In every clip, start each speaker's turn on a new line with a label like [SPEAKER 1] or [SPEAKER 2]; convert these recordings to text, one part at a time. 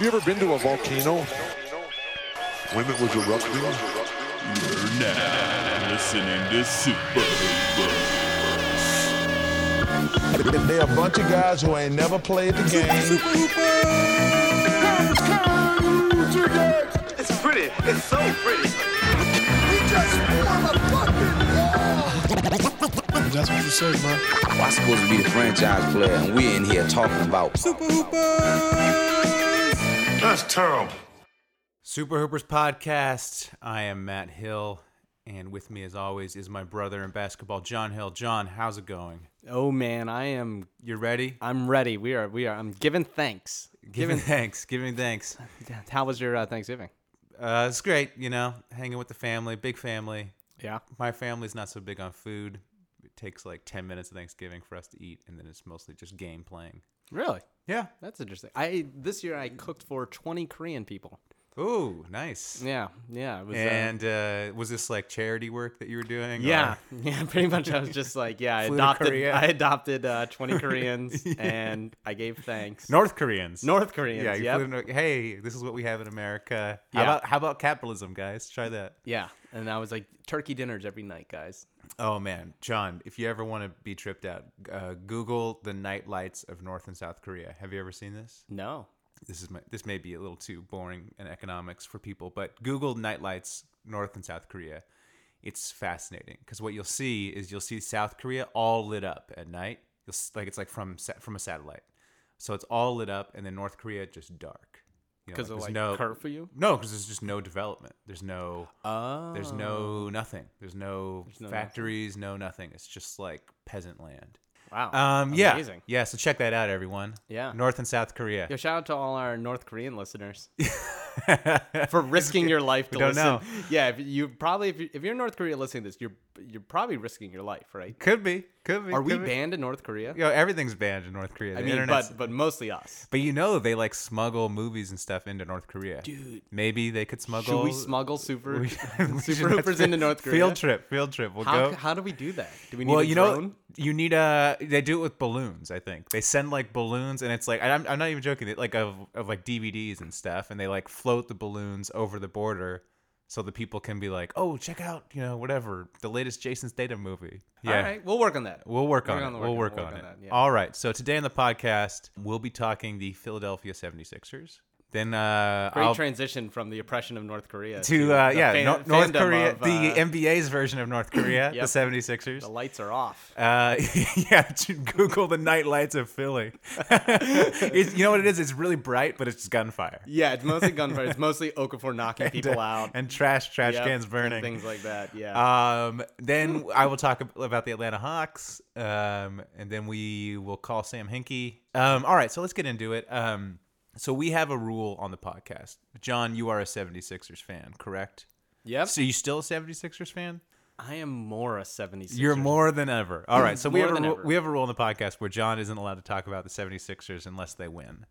[SPEAKER 1] you ever been to a volcano?
[SPEAKER 2] When it was erupting,
[SPEAKER 3] You're now listening to Super Hoopers.
[SPEAKER 4] They're a bunch of guys who ain't never played the game.
[SPEAKER 5] It's pretty. It's so pretty.
[SPEAKER 6] I'm supposed to be the franchise player, and we're in here talking about
[SPEAKER 7] Super Hoopers podcast. I am Matt Hill, and with me, as always, is my brother in basketball, John Hill. John, how's it going?
[SPEAKER 8] Oh man, I am.
[SPEAKER 7] You ready?
[SPEAKER 8] I'm ready. We are. We are. I'm giving thanks.
[SPEAKER 7] Giving thanks, giving thanks.
[SPEAKER 8] How was your uh, Thanksgiving?
[SPEAKER 7] Uh, it's great, you know, hanging with the family, big family.
[SPEAKER 8] Yeah.
[SPEAKER 7] My family's not so big on food. It takes like ten minutes of Thanksgiving for us to eat, and then it's mostly just game playing.
[SPEAKER 8] Really?
[SPEAKER 7] Yeah.
[SPEAKER 8] That's interesting. I this year I cooked for 20 Korean people.
[SPEAKER 7] Ooh, nice.
[SPEAKER 8] Yeah. Yeah. It was, uh,
[SPEAKER 7] And uh, was this like charity work that you were doing?
[SPEAKER 8] yeah,
[SPEAKER 7] or-
[SPEAKER 8] yeah, pretty much. I was just like, yeah, I
[SPEAKER 7] Flew to
[SPEAKER 8] adopted.
[SPEAKER 7] Korea.
[SPEAKER 8] I adopted uh, 20 Koreans, and I gave thanks.
[SPEAKER 7] North Koreans.
[SPEAKER 8] North Koreans.
[SPEAKER 7] Yeah,
[SPEAKER 8] Yeah.
[SPEAKER 7] you
[SPEAKER 8] Yep.
[SPEAKER 7] flew into- hey, this is what we have in America. How
[SPEAKER 8] Yeah.
[SPEAKER 7] about how about capitalism, guys? Try that.
[SPEAKER 8] yeah. And I was like, turkey dinners every night, guys.
[SPEAKER 7] Oh man, John, if you ever want to be tripped out, uh, Google the night lights of North and South Korea. Have you ever seen this?
[SPEAKER 8] No.
[SPEAKER 7] This is my, this may be a little too boring in economics for people, but Google night lights North and South Korea. It's fascinating because what you'll see is you'll see South Korea all lit up at night. You'll s- like it's like from sa- from a satellite, so it's all lit up, and then North Korea just dark You know,
[SPEAKER 8] Because of
[SPEAKER 7] there's
[SPEAKER 8] like
[SPEAKER 7] no-
[SPEAKER 8] curfew.
[SPEAKER 7] no, because there's just no development. There's no.
[SPEAKER 8] Oh.
[SPEAKER 7] There's no nothing. There's no
[SPEAKER 8] no nothing.
[SPEAKER 7] factories. No nothing. It's just like peasant land.
[SPEAKER 8] Wow.
[SPEAKER 7] Um. Yeah.
[SPEAKER 8] Amazing.
[SPEAKER 7] Yeah. So check that out, everyone.
[SPEAKER 8] Yeah.
[SPEAKER 7] North and South Korea.
[SPEAKER 8] Yo, shout out to all our North Korean listeners for risking your life to
[SPEAKER 7] don't
[SPEAKER 8] listen.
[SPEAKER 7] know.
[SPEAKER 8] Yeah, if you probably if, you, if you're in North Korea listening to this, you're you're probably risking your life, right?
[SPEAKER 7] could be. Could be.
[SPEAKER 8] Are we
[SPEAKER 7] could be.
[SPEAKER 8] banned in North Korea?
[SPEAKER 7] Yo, everything's banned in North Korea.
[SPEAKER 8] I
[SPEAKER 7] The
[SPEAKER 8] mean,
[SPEAKER 7] internet's-
[SPEAKER 8] but but mostly us.
[SPEAKER 7] but you know they like smuggle movies and stuff into North Korea. Dude. Maybe they could smuggle.
[SPEAKER 8] Should we smuggle super
[SPEAKER 7] we- we should-
[SPEAKER 8] super hoopers into North Korea?
[SPEAKER 7] Field trip. Field trip. We'll
[SPEAKER 8] How,
[SPEAKER 7] go.
[SPEAKER 8] how do we do that? Do we need
[SPEAKER 7] well,
[SPEAKER 8] a
[SPEAKER 7] you
[SPEAKER 8] drone?
[SPEAKER 7] know, you need a. They do it with balloons. I think they send like balloons, and it's like and I'm, I'm not even joking. It, like of of like DVDs and stuff, and they like float the balloons over the border, so the people can be like, oh, check out, you know, whatever the latest Jason Statham movie. Yeah.
[SPEAKER 8] All right, we'll work on that.
[SPEAKER 7] We'll work
[SPEAKER 8] We're
[SPEAKER 7] on
[SPEAKER 8] gonna
[SPEAKER 7] it.
[SPEAKER 8] work
[SPEAKER 7] We'll
[SPEAKER 8] on-
[SPEAKER 7] work
[SPEAKER 8] we'll
[SPEAKER 7] on
[SPEAKER 8] work
[SPEAKER 7] it.
[SPEAKER 8] on that, yeah.
[SPEAKER 7] All right. So today on the podcast, we'll be talking the Philadelphia 76ers. Then uh,
[SPEAKER 8] Great
[SPEAKER 7] I'll
[SPEAKER 8] transition from the oppression of North Korea
[SPEAKER 7] to uh,
[SPEAKER 8] the
[SPEAKER 7] yeah,
[SPEAKER 8] fan-
[SPEAKER 7] Nor- North
[SPEAKER 8] fandom
[SPEAKER 7] Korea,
[SPEAKER 8] of,
[SPEAKER 7] the
[SPEAKER 8] uh,
[SPEAKER 7] NBA's version of North Korea,
[SPEAKER 8] Yep.
[SPEAKER 7] the 76ers.
[SPEAKER 8] the lights are off.
[SPEAKER 7] Uh, yeah, to Google the night lights of Philly. it's, you know what it is? It's really bright, but it's just gunfire.
[SPEAKER 8] Yeah, it's mostly gunfire. it's mostly Okafor knocking people out.
[SPEAKER 7] And trash, trash
[SPEAKER 8] Yep,
[SPEAKER 7] cans
[SPEAKER 8] and
[SPEAKER 7] burning.
[SPEAKER 8] things like that. Yeah.
[SPEAKER 7] Um, then I will talk ab- about the Atlanta Hawks. Um, and then we will call Sam Hinkie. Um, all right, so let's get into it. Um, so we have a rule on the podcast. John, you are a 76ers fan, correct?
[SPEAKER 8] yep.
[SPEAKER 7] So you still a 76ers fan?
[SPEAKER 8] I am more a 76.
[SPEAKER 7] You're more than ever. All right, so we
[SPEAKER 8] More
[SPEAKER 7] have a
[SPEAKER 8] than
[SPEAKER 7] ru-
[SPEAKER 8] ever.
[SPEAKER 7] we have a rule in the podcast where John isn't allowed to talk about the 76ers unless they win.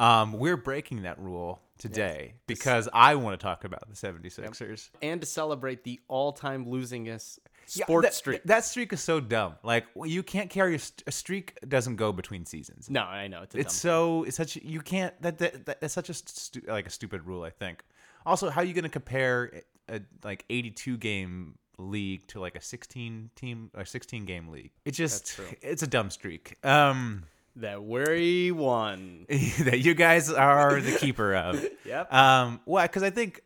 [SPEAKER 7] Um, we're breaking that rule today because I want to talk about the 76ers.
[SPEAKER 8] and to celebrate the all-time losingest
[SPEAKER 7] Yeah,
[SPEAKER 8] sports
[SPEAKER 7] that,
[SPEAKER 8] streak.
[SPEAKER 7] That streak is so dumb. Like well, you can't carry a, st- a streak doesn't go between seasons.
[SPEAKER 8] no, I know it's a
[SPEAKER 7] It's
[SPEAKER 8] dumb.
[SPEAKER 7] so it's such you can't that, that, that that's such a stu- like a stupid rule I think. Also, how are you going to compare a, a like 82 game league to like a 16 team or 16 game league? It just it's a dumb streak. Um
[SPEAKER 8] that very one.
[SPEAKER 7] that you guys are the keeper of.
[SPEAKER 8] Yep.
[SPEAKER 7] Um, well, because I think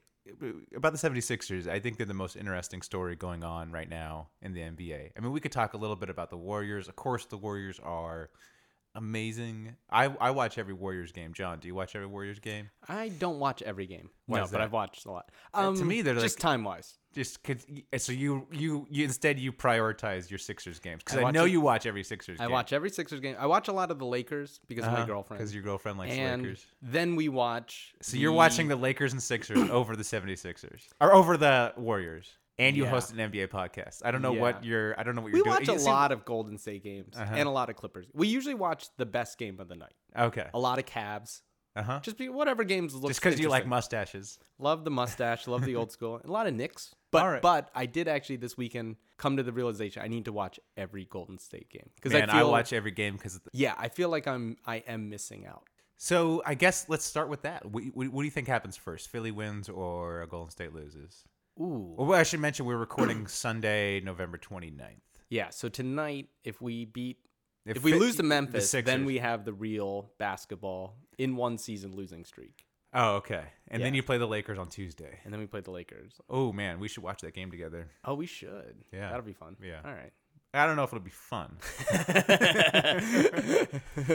[SPEAKER 7] about the 76ers, I think they're the most interesting story going on right now in the NBA. I mean, we could talk a little bit about the Warriors. Of course, the Warriors are amazing. I, I watch every Warriors game. John, do you watch every Warriors game?
[SPEAKER 8] I don't watch every game.
[SPEAKER 7] Why
[SPEAKER 8] no,
[SPEAKER 7] is
[SPEAKER 8] but
[SPEAKER 7] that?
[SPEAKER 8] I've watched a lot.
[SPEAKER 7] Uh,
[SPEAKER 8] Um,
[SPEAKER 7] to me, they're
[SPEAKER 8] just
[SPEAKER 7] like-
[SPEAKER 8] time-wise.
[SPEAKER 7] Just cause, so you, you you instead you prioritize your Sixers games because
[SPEAKER 8] I
[SPEAKER 7] I,
[SPEAKER 8] watch
[SPEAKER 7] know
[SPEAKER 8] it-
[SPEAKER 7] you watch every Sixers.
[SPEAKER 8] I
[SPEAKER 7] game.
[SPEAKER 8] watch every Sixers game. I watch a lot of the Lakers because
[SPEAKER 7] Uh-huh,
[SPEAKER 8] of my girlfriend.
[SPEAKER 7] because your girlfriend likes the
[SPEAKER 8] and
[SPEAKER 7] Lakers.
[SPEAKER 8] then we watch.
[SPEAKER 7] So you're watching the Lakers and Sixers over the 76ers Mm. or over the Warriors. And you
[SPEAKER 8] Yeah.
[SPEAKER 7] host an NBA podcast. I don't know what
[SPEAKER 8] Yeah.
[SPEAKER 7] you're I don't know what
[SPEAKER 8] We
[SPEAKER 7] you're doing.
[SPEAKER 8] watch
[SPEAKER 7] You
[SPEAKER 8] a
[SPEAKER 7] Uh-huh. seem-
[SPEAKER 8] lot of Golden State games and a lot of Clippers. We usually watch the best game of the night.
[SPEAKER 7] Okay.
[SPEAKER 8] A lot of Cavs.
[SPEAKER 7] Uh-huh.
[SPEAKER 8] Just be, whatever games look.
[SPEAKER 7] Just cuz you like
[SPEAKER 8] interesting.
[SPEAKER 7] mustaches.
[SPEAKER 8] Love the mustache. love the old school. A lot of Knicks. But
[SPEAKER 7] All right.
[SPEAKER 8] but I did actually this weekend come to the realization I need to watch every Golden State game because I
[SPEAKER 7] Man,
[SPEAKER 8] feel
[SPEAKER 7] I watch every game cuz
[SPEAKER 8] yeah I feel like I'm I am missing out.
[SPEAKER 7] So I guess let's start with that. What, what, what do you think happens first? Philly wins or Golden State loses?
[SPEAKER 8] Ooh.
[SPEAKER 7] Well, I should mention we're recording Sunday, November 29th.
[SPEAKER 8] Yeah. So tonight, if we beat, if,
[SPEAKER 7] If
[SPEAKER 8] we
[SPEAKER 7] Fi-
[SPEAKER 8] lose to
[SPEAKER 7] the
[SPEAKER 8] Memphis, then
[SPEAKER 7] Sixers-
[SPEAKER 8] we have the real basketball in one season losing streak,
[SPEAKER 7] Oh, okay. And then
[SPEAKER 8] Yeah.
[SPEAKER 7] you play the Lakers on Tuesday.
[SPEAKER 8] and then we play the Lakers.
[SPEAKER 7] Oh man, we should watch that game together.
[SPEAKER 8] Oh, we should.
[SPEAKER 7] Yeah.
[SPEAKER 8] That'll be fun.
[SPEAKER 7] Yeah.
[SPEAKER 8] All right.
[SPEAKER 7] I don't know if it'll be fun.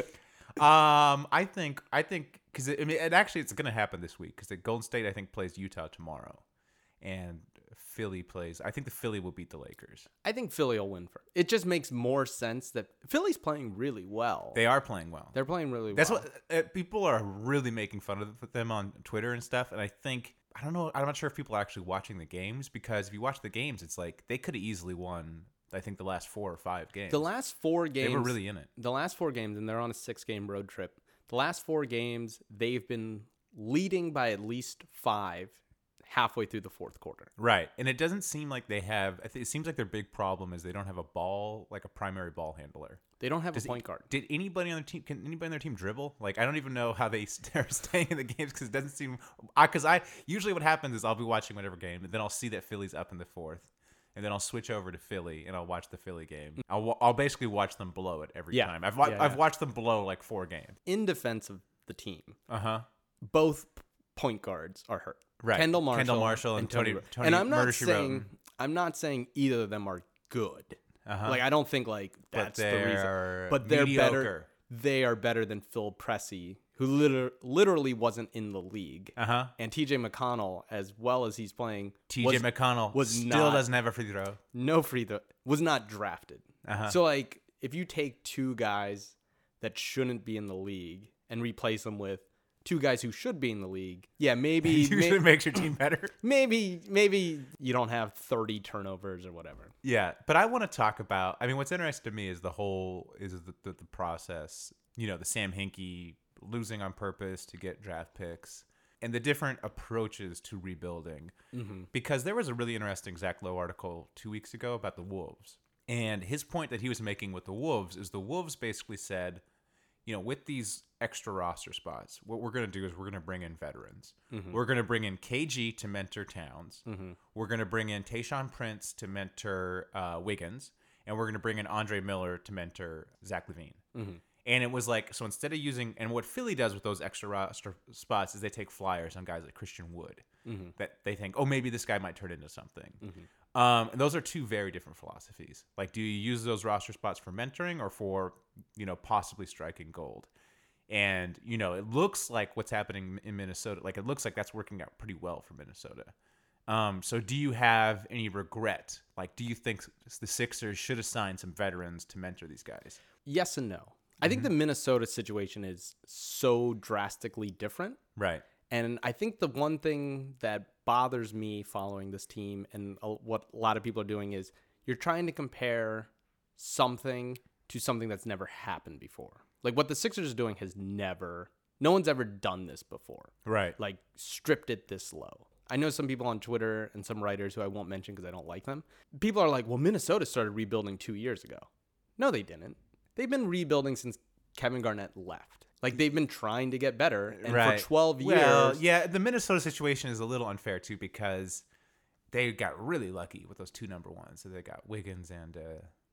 [SPEAKER 7] um, I think I think because I mean, and actually, it's going to happen this week because the Golden State I think plays Utah tomorrow, and Philly plays. I think the Philly will beat the Lakers.
[SPEAKER 8] I think Philly will win for. It just makes more sense that Philly's playing really well.
[SPEAKER 7] They are playing well.
[SPEAKER 8] They're playing really
[SPEAKER 7] That's
[SPEAKER 8] well.
[SPEAKER 7] what uh, people are really making fun of them on Twitter and stuff. And I think I don't know. I'm not sure if people are actually watching the games because if you watch the games, it's like they could have easily won. I think the last four or five games.
[SPEAKER 8] the last four games
[SPEAKER 7] they were really in it.
[SPEAKER 8] the last four games, and they're on a six game road trip. The last four games, they've been leading by at least five halfway through the fourth quarter.
[SPEAKER 7] Right. And it doesn't seem like they have, I thi- it seems like their big problem is they don't have a ball, like a primary ball handler.
[SPEAKER 8] They don't have
[SPEAKER 7] Does it-
[SPEAKER 8] a point guard.
[SPEAKER 7] Did anybody on their team, can anybody on their team dribble? Like, I don't even know how they st- are staying in the games because it doesn't seem, I because I, usually what happens is I'll be watching whatever game and then I'll see that Philly's up in the fourth. And then I'll switch over to Philly and I'll watch the Philly game. I'll, wa- I'll basically watch them blow it every
[SPEAKER 8] Mm. Yeah.
[SPEAKER 7] time. I've, wa-
[SPEAKER 8] Yeah,
[SPEAKER 7] I've
[SPEAKER 8] yeah.
[SPEAKER 7] watched them blow like four games.
[SPEAKER 8] In defense of the team,
[SPEAKER 7] Uh huh.
[SPEAKER 8] both p- point guards are hurt.
[SPEAKER 7] Right.
[SPEAKER 8] Kendall Marshall,
[SPEAKER 7] Kendall Marshall and Tony-
[SPEAKER 8] Ro-
[SPEAKER 7] Tony
[SPEAKER 8] and I'm not
[SPEAKER 7] Murder, She Wrote.
[SPEAKER 8] saying I'm not saying either of them are good.
[SPEAKER 7] Uh-huh.
[SPEAKER 8] Like I don't think like that's the reason.
[SPEAKER 7] they're
[SPEAKER 8] But they're better.
[SPEAKER 7] mediocre.
[SPEAKER 8] They are better than Phil Pressey, who liter- literally wasn't in the league.
[SPEAKER 7] Uh huh.
[SPEAKER 8] And TJ McConnell, as well as he's playing,
[SPEAKER 7] TJ
[SPEAKER 8] was-
[SPEAKER 7] McConnell
[SPEAKER 8] was
[SPEAKER 7] still
[SPEAKER 8] not-
[SPEAKER 7] doesn't have a free throw.
[SPEAKER 8] no free throw was not drafted. So like if you take two guys that shouldn't be in the league and replace them with two guys who should be in the league, yeah, maybe may-
[SPEAKER 7] Usually makes your team better.
[SPEAKER 8] maybe maybe you don't have 30 turnovers or whatever.
[SPEAKER 7] Yeah, but I want to talk about. I mean, what's interesting to me is the whole is the, the, the process. You know, the Sam Hinkie losing on purpose to get draft picks, and the different approaches to rebuilding. Because there was a really interesting Zach Lowe article two weeks ago about the Wolves, and his point that he was making with the Wolves is the Wolves basically said, you know, with these extra roster spots, what we're going to do is we're going to bring in veterans. We're going to bring in KG to mentor Towns. We're going to bring in Tayshawn Prince to mentor uh, Wiggins, and we're going to bring in Andre Miller to mentor Zach Levine. And it was like so instead of using and what Philly does with those extra roster spots is they take flyers on guys like Christian Wood that they think oh maybe this guy might turn into something. Um, and those are two very different philosophies. Like, do you use those roster spots for mentoring or for, you know, possibly striking gold? And, you know, it looks like what's happening in Minnesota, like, it looks like that's working out pretty well for Minnesota. Um, so, do you have any regret? Like, do you think the Sixers should assign some veterans to mentor these guys?
[SPEAKER 8] Yes and no. I think the Minnesota situation is so drastically different
[SPEAKER 7] Right.
[SPEAKER 8] And I think the one thing that bothers me following this team and a, what a lot of people are doing is you're trying to compare something to something that's never happened before. Like what the Sixers are doing has never, no one's ever done this before,
[SPEAKER 7] Right.
[SPEAKER 8] like stripped it this low. I know some people on Twitter and some writers who I won't mention because I don't like them. People are like, well, Minnesota started rebuilding two years ago. No, they didn't. They've been rebuilding since Kevin Garnett left. Like they've been trying to get better, and
[SPEAKER 7] right.
[SPEAKER 8] for 12 years,
[SPEAKER 7] Well, yeah, the Minnesota situation is a little unfair too because they got really lucky with those two number ones. So they got Wiggins and uh,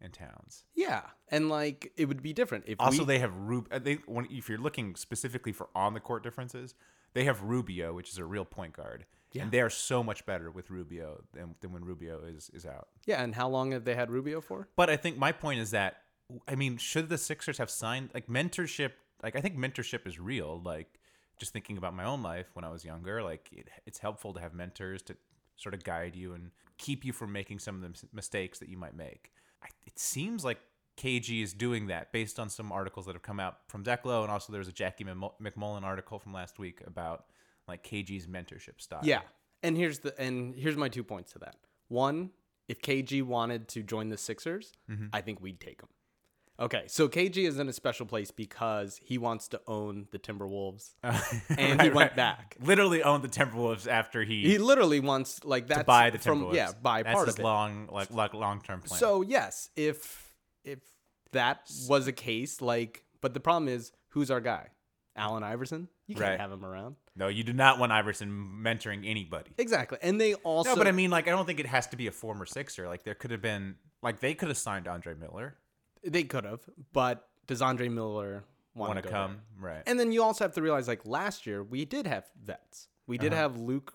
[SPEAKER 7] and Towns.
[SPEAKER 8] Yeah, and like it would be different if
[SPEAKER 7] Also,
[SPEAKER 8] we,
[SPEAKER 7] they have Rub. uh, They when if you're looking specifically for on the court differences, they have Rubio, which is a real point guard, and they are so much better with Rubio than, than when Rubio is is out.
[SPEAKER 8] yeah. And how long have they had Rubio for?
[SPEAKER 7] But I think my point is that I mean, should the Sixers have signed like mentorship? Like I think mentorship is real. Like just thinking about my own life when I was younger, like it, it's helpful to have mentors to sort of guide you and keep you from making some of the mis- mistakes that you might make. I, it seems like KG is doing that based on some articles that have come out from Zach Lowe, and also there was a Jackie Mim- McMullen article from last week about like KG's mentorship style.
[SPEAKER 8] Yeah, and here's the and here's my two points to that. One, if KG wanted to join the Sixers,
[SPEAKER 7] Mm-hmm.
[SPEAKER 8] I think we'd take him. Okay, so KG is in a special place because he wants to own the Timberwolves,
[SPEAKER 7] Uh,
[SPEAKER 8] and he
[SPEAKER 7] Right,
[SPEAKER 8] went
[SPEAKER 7] right.
[SPEAKER 8] back.
[SPEAKER 7] Literally owned the Timberwolves after
[SPEAKER 8] He literally wants like that's
[SPEAKER 7] buy the
[SPEAKER 8] from-
[SPEAKER 7] Timberwolves.
[SPEAKER 8] Yeah, buy
[SPEAKER 7] That's
[SPEAKER 8] part
[SPEAKER 7] his
[SPEAKER 8] of it.
[SPEAKER 7] long, like, like long term plan.
[SPEAKER 8] So yes, if if that was a case, like, but the problem is, who's our guy? Allen Iverson. You can't
[SPEAKER 7] Right.
[SPEAKER 8] have him around.
[SPEAKER 7] No, you do not want Iverson mentoring anybody.
[SPEAKER 8] Exactly. And they also
[SPEAKER 7] no, but I mean, like, I don't think it has to be a former Sixer. Like, there could have been, like, they could have signed Andre Miller.
[SPEAKER 8] they could have, but does Andre Miller want
[SPEAKER 7] Want to
[SPEAKER 8] to
[SPEAKER 7] come? Right.
[SPEAKER 8] And then you also have to realize, like last year, we did have vets. We did have Luke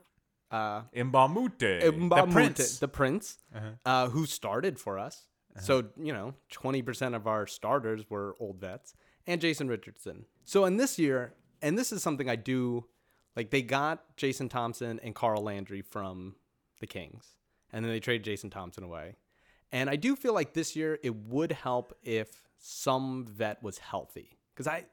[SPEAKER 8] uh,
[SPEAKER 7] Mbamute,
[SPEAKER 8] Mbamute,
[SPEAKER 7] Uh-huh. the prince. Uh-huh.
[SPEAKER 8] the prince, uh, who started for us. So you know, twenty percent of our starters were old vets, and Jason Richardson. So in this year, and this is something I do, like they got Jason Thompson and Carl Landry from the Kings, and then they traded Jason Thompson away. And I do feel like this year it would help if some vet was healthy, because I,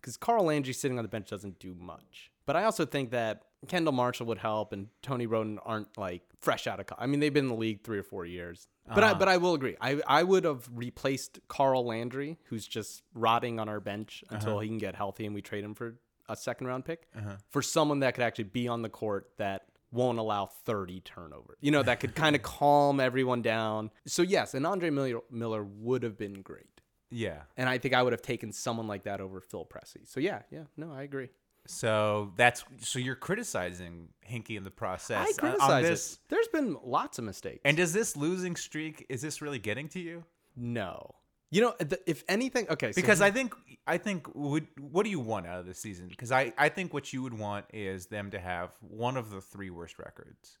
[SPEAKER 8] because Carl Landry sitting on the bench doesn't do much. But I also think that Kendall Marshall would help, and Tony Roden aren't like fresh out of. Co- I mean, they've been in the league three or four years. But I, but I will agree. I I would have replaced Carl Landry, who's just rotting on our bench until he can get healthy, and we trade him for a second round pick
[SPEAKER 7] Uh-huh.
[SPEAKER 8] for someone that could actually be on the court that won't allow 30 turnovers. You know, that could kind of calm everyone down. So yes, and Andre Miller Miller would have been great.
[SPEAKER 7] yeah.
[SPEAKER 8] And I think I would have taken someone like that over Phil Pressey. So yeah, yeah, no, I agree.
[SPEAKER 7] So that's so you're criticizing Hinky in the process. uh,
[SPEAKER 8] I
[SPEAKER 7] on- on
[SPEAKER 8] criticize
[SPEAKER 7] this.
[SPEAKER 8] it. uh, There's been lots of mistakes.
[SPEAKER 7] And does this losing streak is this really getting to you?
[SPEAKER 8] no, you know, th- if anything, okay, so
[SPEAKER 7] Because I think I think would what do you want out of this season? Because I I think what you would want is them to have one of the three worst records.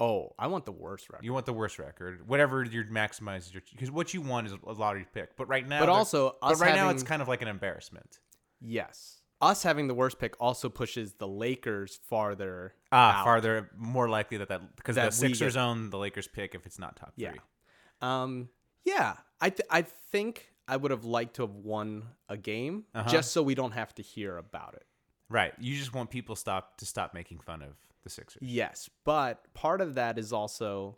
[SPEAKER 8] oh, I want the worst record.
[SPEAKER 7] You want the worst record, whatever you maximize your because what you want is a lottery pick. But right now,
[SPEAKER 8] But
[SPEAKER 7] they're-
[SPEAKER 8] also, us
[SPEAKER 7] but right now it's
[SPEAKER 8] having-
[SPEAKER 7] kind of like an embarrassment.
[SPEAKER 8] yes, us having the worst pick also pushes the Lakers farther.
[SPEAKER 7] Ah,
[SPEAKER 8] out.
[SPEAKER 7] farther, more likely that that because the
[SPEAKER 8] That we
[SPEAKER 7] Sixers
[SPEAKER 8] get-
[SPEAKER 7] own the Lakers pick if it's not top three.
[SPEAKER 8] Yeah. Um, yeah, I th- I think I would have liked to have won a game
[SPEAKER 7] Uh-huh.
[SPEAKER 8] just so we don't have to hear about it.
[SPEAKER 7] Right. You just want people stop to stop making fun of the Sixers.
[SPEAKER 8] Yes, but part of that is also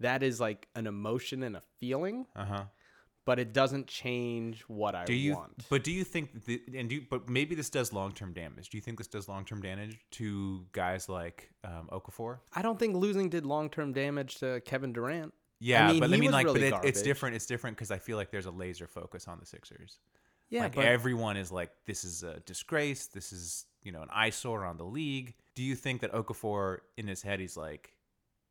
[SPEAKER 8] that is like an emotion and a feeling,
[SPEAKER 7] Uh huh.
[SPEAKER 8] but it doesn't change what I
[SPEAKER 7] Do you?
[SPEAKER 8] want.
[SPEAKER 7] But do you think? The, and do but maybe this does long term damage. Do you think this does long term damage to guys like um, Okafor?
[SPEAKER 8] I don't think losing did long term damage to Kevin Durant.
[SPEAKER 7] Yeah,
[SPEAKER 8] mean,
[SPEAKER 7] but I
[SPEAKER 8] he
[SPEAKER 7] mean,
[SPEAKER 8] was
[SPEAKER 7] like,
[SPEAKER 8] really
[SPEAKER 7] but it, it's
[SPEAKER 8] garbage.
[SPEAKER 7] different. It's different because I feel like there's a laser focus on the Sixers.
[SPEAKER 8] Yeah,
[SPEAKER 7] like
[SPEAKER 8] but
[SPEAKER 7] everyone is like, this is a disgrace. This is you know an eyesore on the league. Do you think that Okafor in his head he's like,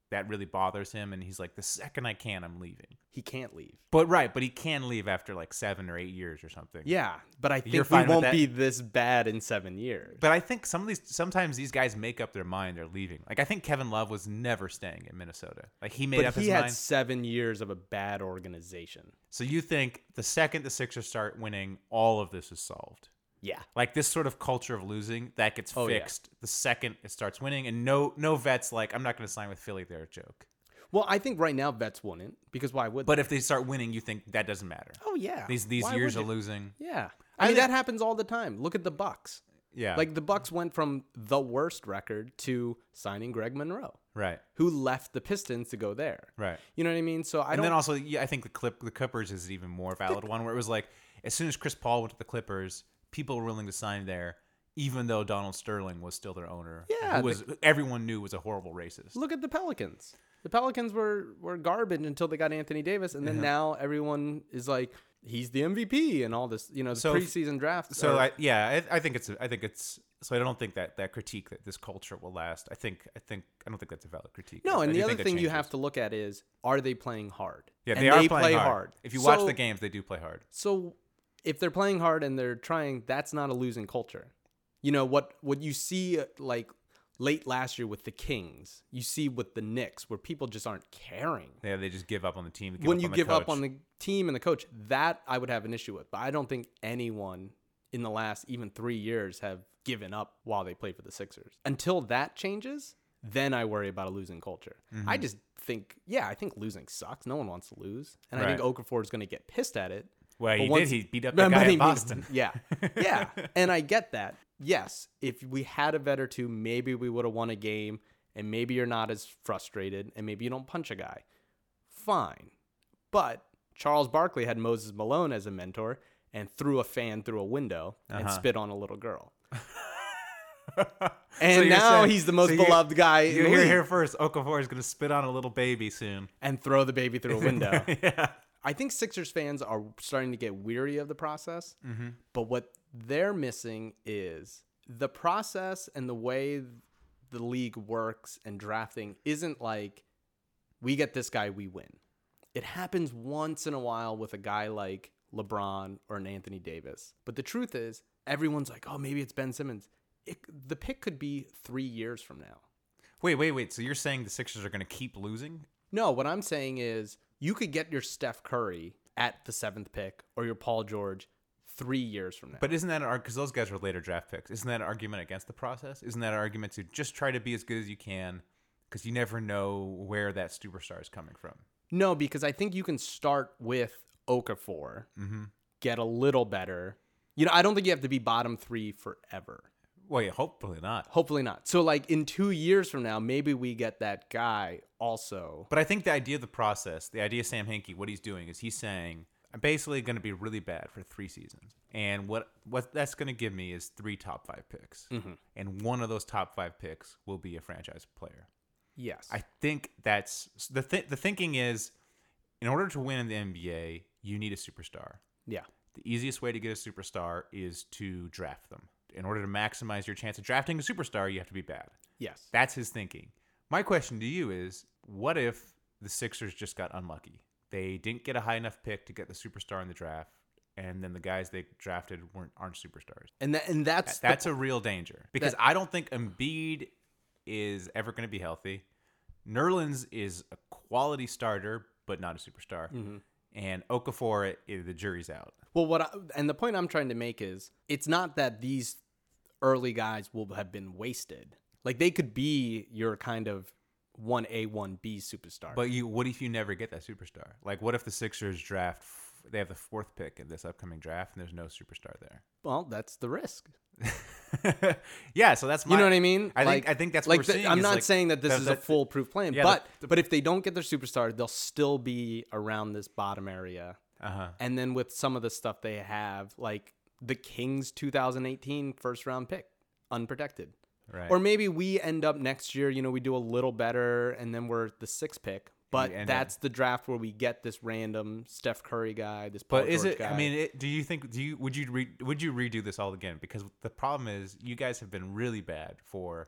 [SPEAKER 7] that really bothers him, and he's like, the second I can, I'm leaving.
[SPEAKER 8] he can't leave.
[SPEAKER 7] But right, but he can leave after like seven or eight years or something.
[SPEAKER 8] Yeah, but I
[SPEAKER 7] You're
[SPEAKER 8] think we
[SPEAKER 7] fine with
[SPEAKER 8] won't
[SPEAKER 7] that?
[SPEAKER 8] be this bad in seven years.
[SPEAKER 7] But I think some of these sometimes these guys make up their mind they're leaving. Like I think Kevin Love was never staying in Minnesota. Like he made
[SPEAKER 8] But
[SPEAKER 7] up
[SPEAKER 8] he
[SPEAKER 7] his
[SPEAKER 8] had
[SPEAKER 7] mind.
[SPEAKER 8] seven years of a bad organization.
[SPEAKER 7] So you think the second the Sixers start winning, all of this is solved.
[SPEAKER 8] Yeah.
[SPEAKER 7] Like this sort of culture of losing that gets
[SPEAKER 8] Oh, yeah.
[SPEAKER 7] fixed the second it starts winning and no no vets like I'm not going to sign with Philly they're a joke.
[SPEAKER 8] Well, I think right now vets wouldn't because why would?
[SPEAKER 7] But if they start winning, you think that doesn't matter.
[SPEAKER 8] oh yeah,
[SPEAKER 7] These these
[SPEAKER 8] Why
[SPEAKER 7] years
[SPEAKER 8] would
[SPEAKER 7] of
[SPEAKER 8] you?
[SPEAKER 7] losing.
[SPEAKER 8] Yeah, I, mean that happens all the time. Look at the Bucks.
[SPEAKER 7] Yeah.
[SPEAKER 8] Like the Bucks went from the worst record to signing Greg Monroe,
[SPEAKER 7] right.
[SPEAKER 8] who left the Pistons to go there.
[SPEAKER 7] Right.
[SPEAKER 8] You know what I mean? So I
[SPEAKER 7] and
[SPEAKER 8] don't.
[SPEAKER 7] then also yeah, I think the clip the Clippers is an even more valid one where it was like as soon as Chris Paul went to the Clippers, people were willing to sign there, even though Donald Sterling was still their owner.
[SPEAKER 8] Yeah,
[SPEAKER 7] who was everyone knew was a horrible racist.
[SPEAKER 8] look at the Pelicans. The Pelicans were were garbage until they got Anthony Davis, and then now everyone is like he's the MVP and all this. You know, the
[SPEAKER 7] So-
[SPEAKER 8] preseason draft.
[SPEAKER 7] so
[SPEAKER 8] are-
[SPEAKER 7] I, yeah, I, I think it's I think it's so I don't think that that critique that this culture will last. I think I think I don't think that's a valid critique.
[SPEAKER 8] No,
[SPEAKER 7] I
[SPEAKER 8] and
[SPEAKER 7] do
[SPEAKER 8] the other
[SPEAKER 7] think it
[SPEAKER 8] thing you
[SPEAKER 7] changes.
[SPEAKER 8] have to look at is are they playing hard?
[SPEAKER 7] yeah
[SPEAKER 8] And
[SPEAKER 7] they are playing
[SPEAKER 8] play
[SPEAKER 7] hard. If you watch the games, they do play hard.
[SPEAKER 8] So if they're playing hard and they're trying, that's not a losing culture. You know what what you see uh, like late last year with the Kings, you see with the Knicks where people just aren't caring.
[SPEAKER 7] Yeah, they just give up on the team. give
[SPEAKER 8] when
[SPEAKER 7] up
[SPEAKER 8] you
[SPEAKER 7] on the
[SPEAKER 8] give up
[SPEAKER 7] coach.
[SPEAKER 8] on the team and the coach, that I would have an issue with. But I don't think anyone in the last even 3 years have given up while they play for the Sixers. Until that changes, then I worry about a losing culture.
[SPEAKER 7] Mm-hmm.
[SPEAKER 8] I just think, yeah, I think losing sucks. No one wants to lose, and I think
[SPEAKER 7] Right.
[SPEAKER 8] Okafor is going to get pissed at it.
[SPEAKER 7] Well,
[SPEAKER 8] But
[SPEAKER 7] he did.
[SPEAKER 8] once-
[SPEAKER 7] He beat up that
[SPEAKER 8] But
[SPEAKER 7] guy
[SPEAKER 8] I
[SPEAKER 7] in
[SPEAKER 8] mean,
[SPEAKER 7] Boston.
[SPEAKER 8] Yeah, yeah, and I get that. Yes, if we had a vet or two, maybe we would have won a game, and maybe you're not as frustrated, and maybe you don't punch a guy. Fine, but Charles Barkley had Moses Malone as a mentor and threw a fan through a window and
[SPEAKER 7] Uh-huh.
[SPEAKER 8] spit on a little girl. And
[SPEAKER 7] you're
[SPEAKER 8] now he's the most
[SPEAKER 7] you-
[SPEAKER 8] beloved guy in
[SPEAKER 7] You
[SPEAKER 8] the
[SPEAKER 7] hear
[SPEAKER 8] league.
[SPEAKER 7] here first. Okafor is going to spit on a little baby soon.
[SPEAKER 8] and throw the baby through a window.
[SPEAKER 7] yeah.
[SPEAKER 8] I think Sixers fans are starting to get weary of the process, but what they're missing is the process and the way the league works and drafting isn't like we get this guy, we win. It happens once in a while with a guy like LeBron or an Anthony Davis. But the truth is, everyone's like, oh, maybe it's Ben Simmons. It, the pick could be three years from now.
[SPEAKER 7] Wait, wait, wait. So you're saying the Sixers are going to keep losing?
[SPEAKER 8] No, what I'm saying is you could get your Steph Curry at the seventh pick or your Paul George three years from now.
[SPEAKER 7] But isn't that an argument? Because those guys were later draft picks. Isn't that an argument against the process? Isn't that an argument to just try to be as good as you can? Because you never know where that superstar is coming from.
[SPEAKER 8] No, because I think you can start with Okafor, get a little better. You know, I don't think you have to be bottom three forever.
[SPEAKER 7] Well, yeah, hopefully not.
[SPEAKER 8] Hopefully not. So, like in two years from now, maybe we get that guy also.
[SPEAKER 7] But I think the idea of the process, the idea of Sam Hinkie, what he's doing is he's saying, I'm basically going to be really bad for three seasons. And what, what that's going to give me is three top five picks. And one of those top five picks will be a franchise player.
[SPEAKER 8] Yes.
[SPEAKER 7] I think that's the, th- the thinking is in order to win in the NBA, you need a superstar.
[SPEAKER 8] yeah.
[SPEAKER 7] The easiest way to get a superstar is to draft them. In order to maximize your chance of drafting a superstar, you have to be bad.
[SPEAKER 8] Yes.
[SPEAKER 7] That's his thinking. My question to you is what if the Sixers just got unlucky? They didn't get a high enough pick to get the superstar in the draft, and then the guys they drafted weren't aren't superstars.
[SPEAKER 8] and that and that's the-
[SPEAKER 7] That's a real danger because I don't think Embiid is ever going to be healthy. Nerlens is a quality starter, but not a superstar.
[SPEAKER 8] Mm-hmm.
[SPEAKER 7] And Okafor, i- the jury's out.
[SPEAKER 8] well what I, and the point I'm trying to make is it's not that these early guys will have been wasted. Like they could be your kind of one A one B superstar.
[SPEAKER 7] But you, what if you never get that superstar? Like, what if the Sixers draft? f- They have the fourth pick in this upcoming draft, and there's no superstar there.
[SPEAKER 8] well, that's the risk.
[SPEAKER 7] yeah, so that's my,
[SPEAKER 8] You know what I mean?
[SPEAKER 7] I think I think that's
[SPEAKER 8] like
[SPEAKER 7] what we're
[SPEAKER 8] the-
[SPEAKER 7] seeing
[SPEAKER 8] I'm
[SPEAKER 7] is,
[SPEAKER 8] not
[SPEAKER 7] like,
[SPEAKER 8] saying that this
[SPEAKER 7] that-
[SPEAKER 8] is a
[SPEAKER 7] that-
[SPEAKER 8] foolproof plan,
[SPEAKER 7] Yeah,
[SPEAKER 8] but
[SPEAKER 7] the- the-
[SPEAKER 8] but if they don't get their superstar, they'll still be around this bottom area.
[SPEAKER 7] Uh-huh.
[SPEAKER 8] And then with some of the stuff they have, like the Kings 2018 first round pick, unprotected.
[SPEAKER 7] Right.
[SPEAKER 8] Or maybe we end up next year, you know, we do a little better and then we're the sixth pick. But
[SPEAKER 7] you end up-
[SPEAKER 8] that's the draft where we get this random Steph Curry guy, this Paul
[SPEAKER 7] But is
[SPEAKER 8] George
[SPEAKER 7] it?
[SPEAKER 8] guy.
[SPEAKER 7] I mean, it, do you think? Do you would you re, would you redo this all again? Because the problem is, you guys have been really bad for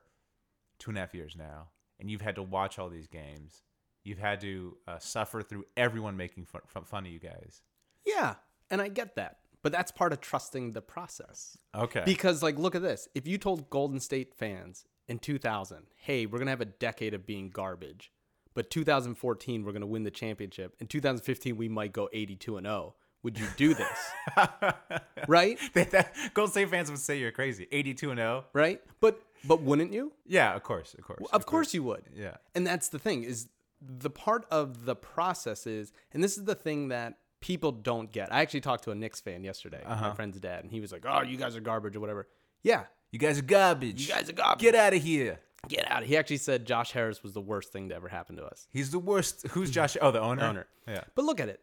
[SPEAKER 7] two and a half years now, and you've had to watch all these games. You've had to uh, suffer through everyone making fun, fun, fun of you guys.
[SPEAKER 8] yeah. And I get that. But that's part of trusting the process.
[SPEAKER 7] Okay.
[SPEAKER 8] Because like look at this. If you told Golden State fans in 2000, "Hey, we're going to have a decade of being garbage, but 2014 we're going to win the championship. In 2015 we might go 82 and 0." Would you do this? right?
[SPEAKER 7] that, that, Golden State fans would say you're crazy. 82 and 0.
[SPEAKER 8] Right? But but wouldn't you?
[SPEAKER 7] Yeah, of course, of course.
[SPEAKER 8] Of course you would.
[SPEAKER 7] Yeah.
[SPEAKER 8] And that's the thing is the part of the process is, and this is the thing that people don't get. I actually talked to a Knicks fan yesterday,
[SPEAKER 7] Uh-huh.
[SPEAKER 8] my friend's dad, and he was like, "Oh, you guys are garbage or whatever." Yeah,
[SPEAKER 7] You guys are garbage. You
[SPEAKER 8] guys are garbage.
[SPEAKER 7] Get out of here.
[SPEAKER 8] get out. He actually said Josh Harris was the worst thing to ever happen to us.
[SPEAKER 7] He's the worst. Who's Josh? Oh, the owner.
[SPEAKER 8] Owner.
[SPEAKER 7] Yeah.
[SPEAKER 8] But look at it.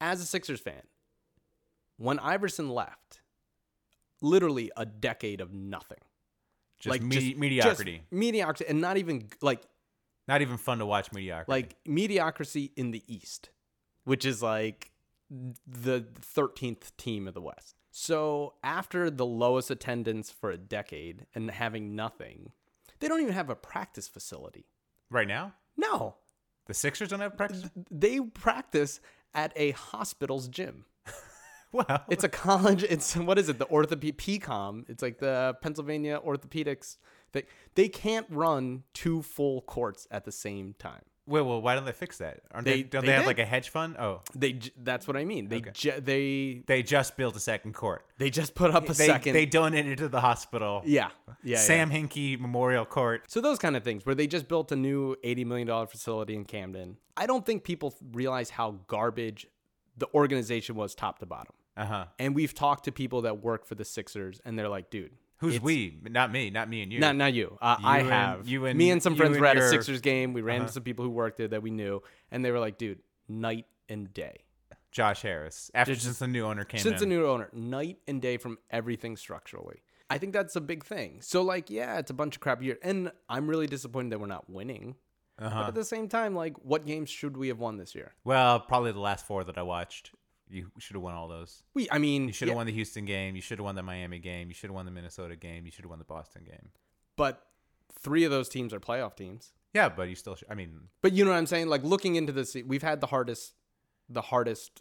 [SPEAKER 8] As a Sixers fan, when Iverson left, literally a decade of nothing.
[SPEAKER 7] Just
[SPEAKER 8] like
[SPEAKER 7] me-
[SPEAKER 8] just- just
[SPEAKER 7] mediocrity.
[SPEAKER 8] mediocrity and not even like
[SPEAKER 7] Not even fun to watch mediocrity.
[SPEAKER 8] like mediocrity in the East, which is like the 13th team of the West. So after the lowest attendance for a decade and having nothing, they don't even have a practice facility.
[SPEAKER 7] right now,
[SPEAKER 8] No,
[SPEAKER 7] the Sixers don't have practice.
[SPEAKER 8] they practice at a hospital's gym.
[SPEAKER 7] Wow.
[SPEAKER 8] It's a college. It's what is it? The orthopedic PCOM. It's like the Pennsylvania orthopedics. They they can't run two full courts at the same time.
[SPEAKER 7] Wait, well, why don't they fix that? Aren't they?
[SPEAKER 8] They-
[SPEAKER 7] don't
[SPEAKER 8] they
[SPEAKER 7] they, have
[SPEAKER 8] did.
[SPEAKER 7] like a hedge fund? Oh,
[SPEAKER 8] They j- that's what I mean. They ju- they
[SPEAKER 7] they just built a second court.
[SPEAKER 8] they just put up a
[SPEAKER 7] they
[SPEAKER 8] second.
[SPEAKER 7] they donated to the hospital.
[SPEAKER 8] yeah yeah
[SPEAKER 7] Sam
[SPEAKER 8] yeah.
[SPEAKER 7] Hinkie Memorial Court.
[SPEAKER 8] So those kind of things where they just built a new eighty million dollar facility in Camden. I don't think people realize how garbage the organization was top to bottom.
[SPEAKER 7] Uh huh.
[SPEAKER 8] And we've talked to people that work for the Sixers, and they're like, dude,
[SPEAKER 7] Who's
[SPEAKER 8] it's-
[SPEAKER 7] we? Not me. Not me and you.
[SPEAKER 8] Not not you. Uh,
[SPEAKER 7] You
[SPEAKER 8] I
[SPEAKER 7] and-
[SPEAKER 8] have.
[SPEAKER 7] you and-
[SPEAKER 8] me and Uh-huh. some
[SPEAKER 7] you
[SPEAKER 8] friends
[SPEAKER 7] and
[SPEAKER 8] were at a
[SPEAKER 7] your-
[SPEAKER 8] Sixers game. We ran into some people who worked there that we knew, and they were like, "Dude, night and day."
[SPEAKER 7] Josh Harris. After since the new owner came
[SPEAKER 8] Since the
[SPEAKER 7] in.
[SPEAKER 8] new owner, night and day from everything structurally. I think that's a big thing. So like, yeah, it's a bunch of crap year, and I'm really disappointed that we're not winning.
[SPEAKER 7] Uh-huh.
[SPEAKER 8] But at the same time, like, what games should we have won this year?
[SPEAKER 7] well, probably the last four that I watched. You should have won all those.
[SPEAKER 8] We, I mean,
[SPEAKER 7] You should have
[SPEAKER 8] yeah,
[SPEAKER 7] won the Houston game. You should have won the Miami game. You should have won the Minnesota game. You should have won the Boston game.
[SPEAKER 8] but three of those teams are playoff teams.
[SPEAKER 7] Yeah, but you still. Should, I mean,
[SPEAKER 8] But you know what I'm saying? Like looking into this, we've had the hardest, the hardest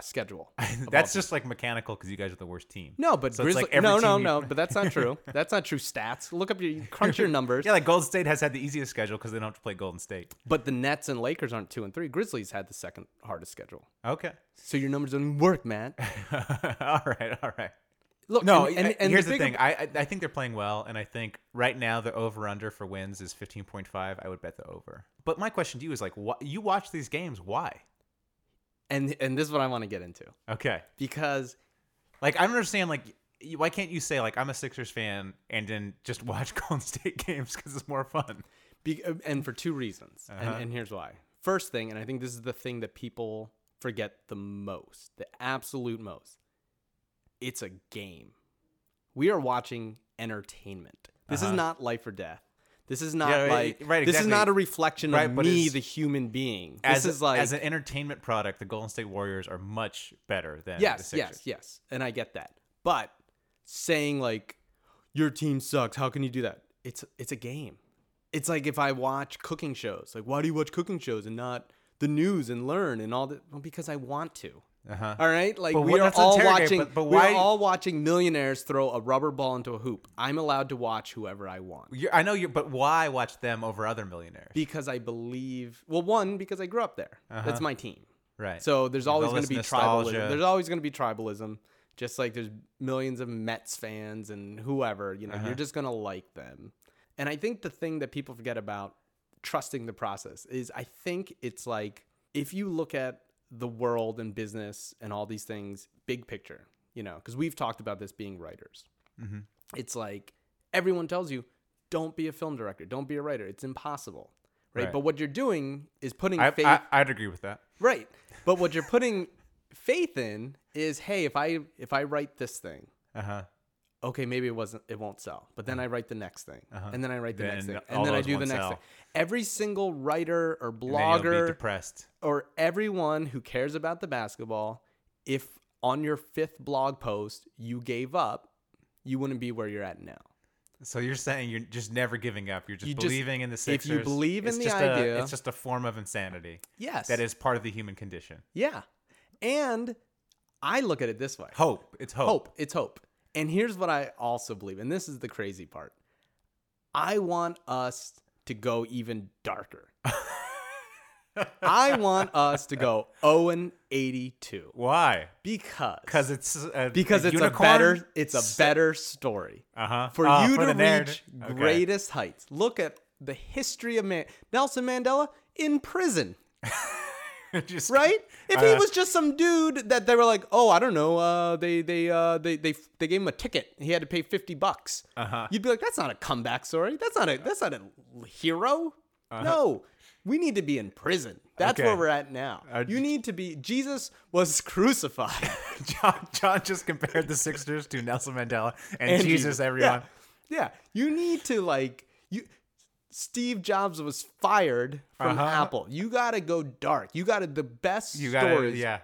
[SPEAKER 8] schedule. of all
[SPEAKER 7] that's just like mechanical because you guys are the worst team.
[SPEAKER 8] No, but
[SPEAKER 7] So it's
[SPEAKER 8] Grizzly,
[SPEAKER 7] like every
[SPEAKER 8] no, no,
[SPEAKER 7] team
[SPEAKER 8] no.
[SPEAKER 7] you-
[SPEAKER 8] But that's not true. that's not true. Stats. Look up your crunch your numbers.
[SPEAKER 7] Yeah, like Golden State has had the easiest schedule because they don't have to play Golden State.
[SPEAKER 8] But the Nets and Lakers aren't two and three. Grizzlies had the second hardest schedule.
[SPEAKER 7] Okay.
[SPEAKER 8] So your numbers don't even work, man.
[SPEAKER 7] all right. All right.
[SPEAKER 8] Look,
[SPEAKER 7] No,
[SPEAKER 8] and, and,
[SPEAKER 7] I-
[SPEAKER 8] and
[SPEAKER 7] here's the,
[SPEAKER 8] big-
[SPEAKER 7] thing. I I I think they're playing well, and I think right now the over under for wins is 15.5. I would bet the over. But my question to you is like, why you watch these games? Why?
[SPEAKER 8] and and this is what I want to get into
[SPEAKER 7] Okay.
[SPEAKER 8] because
[SPEAKER 7] Like I don't understand. Like you- why can't you say like I'm a Sixers fan and then just watch Golden State games because it's more fun?
[SPEAKER 8] Be- uh, and for two reasons.
[SPEAKER 7] Uh-huh.
[SPEAKER 8] And, and here's why. First thing, and I think this is the thing that people forget the most, the absolute most. It's a game. We are watching entertainment. This is not life or death. This is not
[SPEAKER 7] Uh-huh. Yeah, right,
[SPEAKER 8] like
[SPEAKER 7] right,
[SPEAKER 8] this is
[SPEAKER 7] exactly.
[SPEAKER 8] not a reflection
[SPEAKER 7] Right,
[SPEAKER 8] of
[SPEAKER 7] but
[SPEAKER 8] me,
[SPEAKER 7] as-
[SPEAKER 8] the human being.
[SPEAKER 7] As
[SPEAKER 8] This is like
[SPEAKER 7] as an entertainment product, the Golden State Warriors are much better than the
[SPEAKER 8] yes,
[SPEAKER 7] Sixers.
[SPEAKER 8] yes, yes. And I get that. But saying like your team sucks, how can you do that? It's it's a game. It's like if I watch cooking shows, like why do you watch cooking shows and not the news and learn and all that? Well, because I want to. Uh-huh. right, like
[SPEAKER 7] But
[SPEAKER 8] we
[SPEAKER 7] what-
[SPEAKER 8] are
[SPEAKER 7] that's
[SPEAKER 8] all
[SPEAKER 7] interrogate,
[SPEAKER 8] watching.
[SPEAKER 7] but- but
[SPEAKER 8] we
[SPEAKER 7] why-
[SPEAKER 8] are all watching millionaires throw a rubber ball into a hoop. I'm allowed to watch whoever I want
[SPEAKER 7] You're, I know you, are but why watch them over other millionaires?
[SPEAKER 8] because I believe. Well, one because I grew up there.
[SPEAKER 7] Uh-huh.
[SPEAKER 8] That's my team.
[SPEAKER 7] right.
[SPEAKER 8] So there's always
[SPEAKER 7] all
[SPEAKER 8] going
[SPEAKER 7] this
[SPEAKER 8] to be
[SPEAKER 7] nostalgia.
[SPEAKER 8] tribalism. There's always going to be tribalism. Just like there's millions of Mets fans and whoever, you know,
[SPEAKER 7] Uh-huh.
[SPEAKER 8] you're just going to like them. And I think the thing that people forget about trusting the process is I think it's like if you look at the world and business and all these things, big picture, you know, because we've talked about this being writers.
[SPEAKER 7] Mm-hmm.
[SPEAKER 8] It's like everyone tells you, don't be a film director, don't be a writer. It's impossible. Right.
[SPEAKER 7] Right.
[SPEAKER 8] But what you're doing is putting
[SPEAKER 7] I,
[SPEAKER 8] faith
[SPEAKER 7] I, I'd agree with that.
[SPEAKER 8] Right. But what you're putting faith in is, hey, if I if I write this thing,
[SPEAKER 7] Uh huh.
[SPEAKER 8] okay, maybe it wasn't it won't sell. But then I write the next thing. And then I write the next
[SPEAKER 7] Uh-huh. Then
[SPEAKER 8] thing.
[SPEAKER 7] all
[SPEAKER 8] And then I
[SPEAKER 7] those
[SPEAKER 8] do the
[SPEAKER 7] won't
[SPEAKER 8] next
[SPEAKER 7] sell.
[SPEAKER 8] thing. Every single writer or
[SPEAKER 7] Then you'll be
[SPEAKER 8] blogger
[SPEAKER 7] depressed.
[SPEAKER 8] or everyone who cares about the basketball, if on your fifth blog post you gave up, you wouldn't be where you're at now.
[SPEAKER 7] So you're saying you're just never giving up. You're just
[SPEAKER 8] You just-
[SPEAKER 7] believing in the
[SPEAKER 8] if
[SPEAKER 7] Sixers.
[SPEAKER 8] you believe in
[SPEAKER 7] it's
[SPEAKER 8] the
[SPEAKER 7] just
[SPEAKER 8] idea-
[SPEAKER 7] a, it's just a form of insanity.
[SPEAKER 8] Yes.
[SPEAKER 7] That is part of the human condition.
[SPEAKER 8] Yeah. And I look at it this way.
[SPEAKER 7] Hope. It's hope.
[SPEAKER 8] hope. It's hope. And here's what I also believe, and this is the crazy part. I want us to go even darker. I want us to go 0 and 82
[SPEAKER 7] Why?
[SPEAKER 8] because
[SPEAKER 7] Because it's a,
[SPEAKER 8] because
[SPEAKER 7] a
[SPEAKER 8] it's
[SPEAKER 7] unicorn?
[SPEAKER 8] a better it's a better story
[SPEAKER 7] Uh-huh.
[SPEAKER 8] for
[SPEAKER 7] Ah,
[SPEAKER 8] you
[SPEAKER 7] for
[SPEAKER 8] to
[SPEAKER 7] the narrative.
[SPEAKER 8] reach
[SPEAKER 7] Okay.
[SPEAKER 8] greatest heights. Look at the history of man- Nelson Mandela in prison
[SPEAKER 7] just,
[SPEAKER 8] right? If he
[SPEAKER 7] Uh,
[SPEAKER 8] was just some dude that they were like, oh, I don't know, uh, they they uh, they they they gave him a ticket, he had to pay fifty bucks. Uh-huh. You'd be like, that's not a comeback story. That's not a that's not a hero. No, we need to be in prison. That's
[SPEAKER 7] Uh-huh. Okay.
[SPEAKER 8] where we're at now. you need to be. Jesus was crucified.
[SPEAKER 7] John, John just compared the Sixers to Nelson Mandela and,
[SPEAKER 8] And
[SPEAKER 7] Jesus,
[SPEAKER 8] Yeah.
[SPEAKER 7] everyone.
[SPEAKER 8] Yeah. you need to like you. Steve Jobs was fired from
[SPEAKER 7] Uh-huh.
[SPEAKER 8] Apple. You gotta go dark. You gotta the best
[SPEAKER 7] You got it.
[SPEAKER 8] stories.
[SPEAKER 7] Yeah.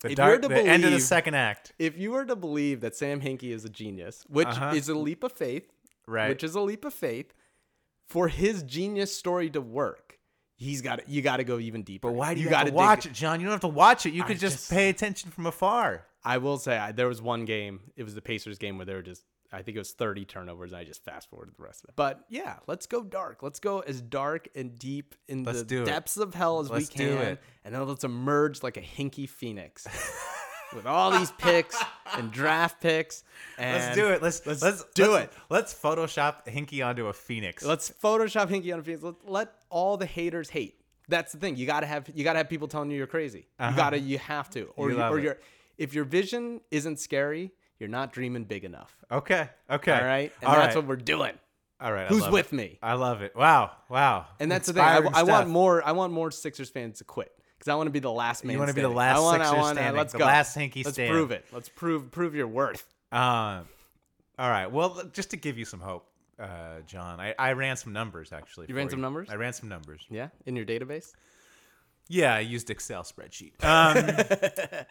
[SPEAKER 7] The,
[SPEAKER 8] If
[SPEAKER 7] dark, the
[SPEAKER 8] we're to
[SPEAKER 7] end of the
[SPEAKER 8] believe-
[SPEAKER 7] second act.
[SPEAKER 8] if you were to believe that Sam Hinkie is a genius, which is a leap of faith,
[SPEAKER 7] Uh-huh. Right.
[SPEAKER 8] Which is a leap of faith, for his genius story to work, he's got you got to go even deeper. But
[SPEAKER 7] Why do you,
[SPEAKER 8] got
[SPEAKER 7] have to watch it, John? You don't have to watch it. You could just,
[SPEAKER 8] just-
[SPEAKER 7] pay attention from afar.
[SPEAKER 8] I will say I, there was one game. It was the Pacers game where they were just. I think it was 30 turnovers, and I just fast forwarded the rest of it. But yeah, let's go dark. Let's go as dark and deep in
[SPEAKER 7] Let's do
[SPEAKER 8] the
[SPEAKER 7] it.
[SPEAKER 8] depths of hell as
[SPEAKER 7] Let's
[SPEAKER 8] we
[SPEAKER 7] do
[SPEAKER 8] can,
[SPEAKER 7] it.
[SPEAKER 8] and then let's emerge like a hinky phoenix with all these picks and draft picks. And
[SPEAKER 7] Let's do it. Let's let's,
[SPEAKER 8] do
[SPEAKER 7] let's-
[SPEAKER 8] it.
[SPEAKER 7] Let's Photoshop Hinky onto a phoenix.
[SPEAKER 8] Let's Photoshop Hinky on a Phoenix. Let, let all the haters hate. That's the thing. You gotta have you gotta have people telling you you're crazy. You gotta you have to or
[SPEAKER 7] Uh-huh. You
[SPEAKER 8] you,
[SPEAKER 7] love
[SPEAKER 8] or
[SPEAKER 7] it.
[SPEAKER 8] your if your vision isn't scary, you're not dreaming big enough.
[SPEAKER 7] Okay. Okay.
[SPEAKER 8] All right, and
[SPEAKER 7] All
[SPEAKER 8] that's
[SPEAKER 7] right.
[SPEAKER 8] what we're doing.
[SPEAKER 7] All right. I
[SPEAKER 8] Who's
[SPEAKER 7] love
[SPEAKER 8] with
[SPEAKER 7] it.
[SPEAKER 8] me?
[SPEAKER 7] I love it. Wow. Wow.
[SPEAKER 8] And that's the thing. I,
[SPEAKER 7] Inspiring
[SPEAKER 8] I want
[SPEAKER 7] stuff.
[SPEAKER 8] more. I want more Sixers fans to quit because I want to be the last man.
[SPEAKER 7] wanna be the
[SPEAKER 8] standing.
[SPEAKER 7] last
[SPEAKER 8] I want, I
[SPEAKER 7] Sixers
[SPEAKER 8] want,
[SPEAKER 7] standing,
[SPEAKER 8] Let's
[SPEAKER 7] the
[SPEAKER 8] go.
[SPEAKER 7] last Hinkie
[SPEAKER 8] Let's
[SPEAKER 7] standing.
[SPEAKER 8] prove it. Let's prove prove your worth.
[SPEAKER 7] Um, all right. Well, just to give you some hope, uh, John, I, I ran some numbers actually. You
[SPEAKER 8] ran some numbers?
[SPEAKER 7] I ran some numbers.
[SPEAKER 8] Yeah, in your database.
[SPEAKER 7] Yeah, I used Excel spreadsheet. Um,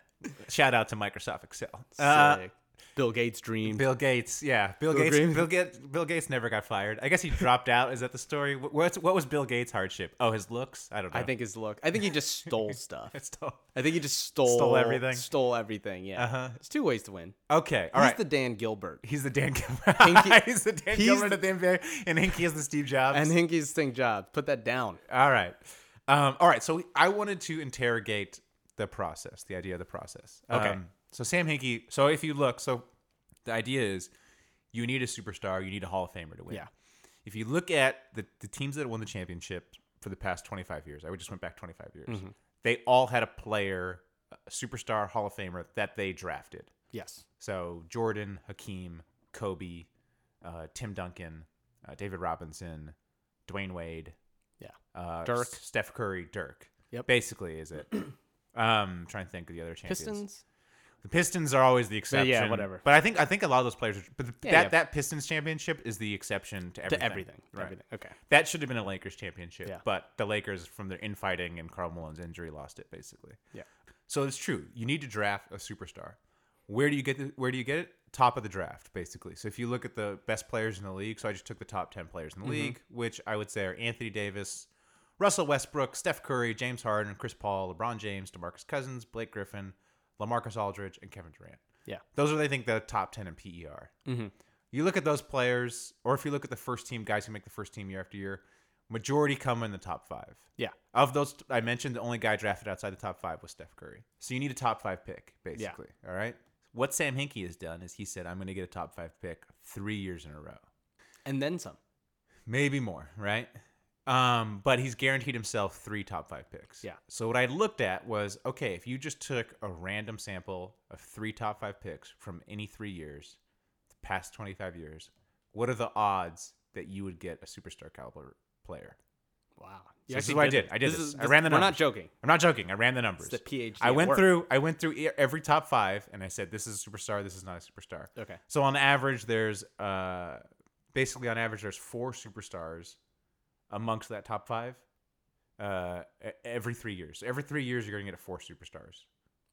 [SPEAKER 7] Shout out to Microsoft Excel. Uh,
[SPEAKER 8] Sick. Bill Gates dream.
[SPEAKER 7] Bill Gates, yeah, Bill,
[SPEAKER 8] Bill
[SPEAKER 7] Gates.
[SPEAKER 8] Green.
[SPEAKER 7] Bill Gates. Bill Gates never got fired. I guess he dropped out. Is that the story? Wh- What's, what was Bill Gates' hardship? Oh, his looks. I don't know.
[SPEAKER 8] I think his look. I think he just stole stuff.
[SPEAKER 7] it's tough.
[SPEAKER 8] I think he just stole
[SPEAKER 7] Stole everything.
[SPEAKER 8] Stole everything. Yeah.
[SPEAKER 7] Uh-huh.
[SPEAKER 8] It's two ways to win.
[SPEAKER 7] Okay, all
[SPEAKER 8] He's
[SPEAKER 7] right.
[SPEAKER 8] the Dan Gilbert,
[SPEAKER 7] he's the Dan Gilbert.
[SPEAKER 8] Hinky-
[SPEAKER 7] he's the Dan
[SPEAKER 8] he's
[SPEAKER 7] Gilbert
[SPEAKER 8] the-
[SPEAKER 7] of the NBA, and Hinky is the Steve Jobs.
[SPEAKER 8] and Hinky's Sting Jobs. Put that down.
[SPEAKER 7] All right. Um, all right. So I wanted to interrogate the process, the idea of the process.
[SPEAKER 8] Okay.
[SPEAKER 7] Um, so Sam Hinkie. So if you look, so the idea is you need a superstar, you need a Hall of Famer to win.
[SPEAKER 8] Yeah.
[SPEAKER 7] If you look at the, the teams that won the championship for the past 25 years, I just went back 25 years,
[SPEAKER 8] Mm-hmm.
[SPEAKER 7] they all had a player, a superstar, Hall of Famer that they drafted.
[SPEAKER 8] Yes.
[SPEAKER 7] So Jordan, Hakeem, Kobe, uh, Tim Duncan, uh, David Robinson, Dwayne Wade,
[SPEAKER 8] Yeah.
[SPEAKER 7] uh,
[SPEAKER 8] Dirk.
[SPEAKER 7] S- Steph Curry, Dirk.
[SPEAKER 8] Yep.
[SPEAKER 7] Basically, is it? um, trying to think of the other champions.
[SPEAKER 8] Pistons.
[SPEAKER 7] The Pistons are always the exception.
[SPEAKER 8] whatever.
[SPEAKER 7] But I think I think a lot of those players. Are, but the,
[SPEAKER 8] Yeah,
[SPEAKER 7] that
[SPEAKER 8] yeah.
[SPEAKER 7] that Pistons championship is the exception to everything.
[SPEAKER 8] To everything.
[SPEAKER 7] Right.
[SPEAKER 8] Everything. Okay.
[SPEAKER 7] That should have been a Lakers championship,
[SPEAKER 8] Yeah.
[SPEAKER 7] but the Lakers, from their infighting and Carl Malone's injury, lost it basically.
[SPEAKER 8] Yeah.
[SPEAKER 7] So it's true. You need to draft a superstar. Where do you get the, where do you get it? Top of the draft, basically. So if you look at the best players in the league, so I just took the top ten players
[SPEAKER 8] Mm-hmm.
[SPEAKER 7] in the league, which I would say are Anthony Davis, Russell Westbrook, Steph Curry, James Harden, Chris Paul, LeBron James, DeMarcus Cousins, Blake Griffin, LaMarcus Aldridge, and Kevin Durant.
[SPEAKER 8] Yeah.
[SPEAKER 7] Those are, I think, the top 10 in PER. Mm-hmm. You look at those players, or if you look at the first team guys who make the first team year after year, majority come in the top five.
[SPEAKER 8] Yeah.
[SPEAKER 7] Of those I mentioned, the only guy drafted outside the top five was Steph Curry. So you need a top five pick, basically. All right. What Sam Hinkie has done is he said, I'm going to get a top five pick three years in a row,
[SPEAKER 8] And then some.
[SPEAKER 7] maybe more, right? Um, but he's guaranteed himself three top five picks.
[SPEAKER 8] Yeah.
[SPEAKER 7] So what I looked at was okay, if you just took a random sample of three top five picks from any three years, the past 25 years, what are the odds that you would get a superstar caliber player?
[SPEAKER 8] Wow.
[SPEAKER 7] So this is what I did. I did this. I ran the
[SPEAKER 8] We're
[SPEAKER 7] numbers.
[SPEAKER 8] not joking.
[SPEAKER 7] I'm not joking. I ran the numbers.
[SPEAKER 8] the PhD
[SPEAKER 7] I
[SPEAKER 8] at
[SPEAKER 7] went
[SPEAKER 8] work.
[SPEAKER 7] through. I went through e- every top five, and I said, "This is a superstar. This is not a superstar."
[SPEAKER 8] Okay.
[SPEAKER 7] So on average, there's uh, basically on average there's four superstars amongst that top five. Uh, e- every three years, every three years you're going to get four superstars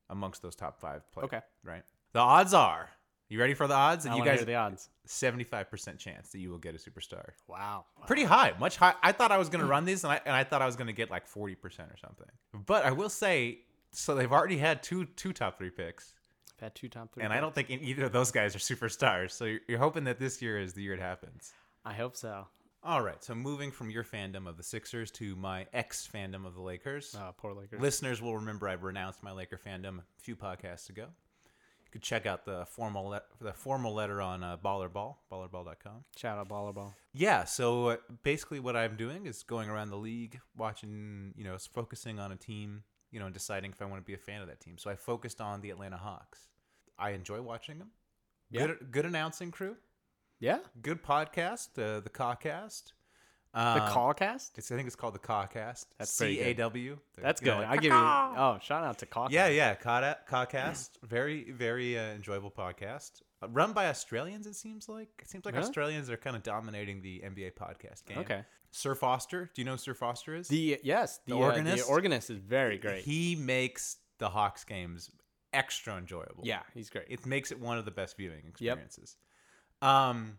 [SPEAKER 7] amongst those top five players.
[SPEAKER 8] Okay.
[SPEAKER 7] Right. The odds are. You ready for the odds?
[SPEAKER 8] I
[SPEAKER 7] you
[SPEAKER 8] wanna
[SPEAKER 7] guys,
[SPEAKER 8] hear the odds.
[SPEAKER 7] seventy-five percent chance that you will get a superstar.
[SPEAKER 8] Wow.
[SPEAKER 7] Pretty high, much high. I thought I was going to run these, and I and I thought I was going to get like forty percent or something. But I will say, so they've already had two two top three picks,
[SPEAKER 8] I've had two top three.
[SPEAKER 7] and I don't think either of those guys are superstars. So you're, you're hoping that this year is the year it happens.
[SPEAKER 8] I hope so.
[SPEAKER 7] All right, so moving from your fandom of the Sixers to my ex fandom of the Uh, Lakers.
[SPEAKER 8] Oh, poor Lakers.
[SPEAKER 7] Listeners will remember I renounced my Laker fandom a few podcasts ago. You could check out the formal le- the formal letter on uh, Ballerball, ballerball.com.
[SPEAKER 8] Shout out baller ball.
[SPEAKER 7] Yeah, so uh, basically what I'm doing is going around the league, watching, you know, s- focusing on a team, you know, and deciding if I want to be a fan of that team. So I focused on the Atlanta Hawks. I enjoy watching them.
[SPEAKER 8] Yeah.
[SPEAKER 7] Good, good announcing crew.
[SPEAKER 8] Yeah.
[SPEAKER 7] Good podcast, uh, the Cawcast.
[SPEAKER 8] The
[SPEAKER 7] Um,
[SPEAKER 8] Callcast.
[SPEAKER 7] It's, I think it's called the Cawcast.
[SPEAKER 8] That's pretty
[SPEAKER 7] C A
[SPEAKER 8] good.
[SPEAKER 7] W.
[SPEAKER 8] That's
[SPEAKER 7] You know,
[SPEAKER 8] good.
[SPEAKER 7] like,
[SPEAKER 8] I give you. Oh, shout out to Callcast.
[SPEAKER 7] yeah, yeah. Caw- Cawcast. Very, very uh, enjoyable podcast. Uh, run by Australians, it seems like. It seems like
[SPEAKER 8] Really?
[SPEAKER 7] Australians are kind of dominating the NBA podcast game.
[SPEAKER 8] Okay.
[SPEAKER 7] Sir Foster. Do you know who Sir Foster is?
[SPEAKER 8] The yes, the,
[SPEAKER 7] The
[SPEAKER 8] uh,
[SPEAKER 7] organist?
[SPEAKER 8] the organist is very great.
[SPEAKER 7] He makes the Hawks games extra enjoyable.
[SPEAKER 8] yeah, he's great.
[SPEAKER 7] It makes it one of the best viewing experiences. Um,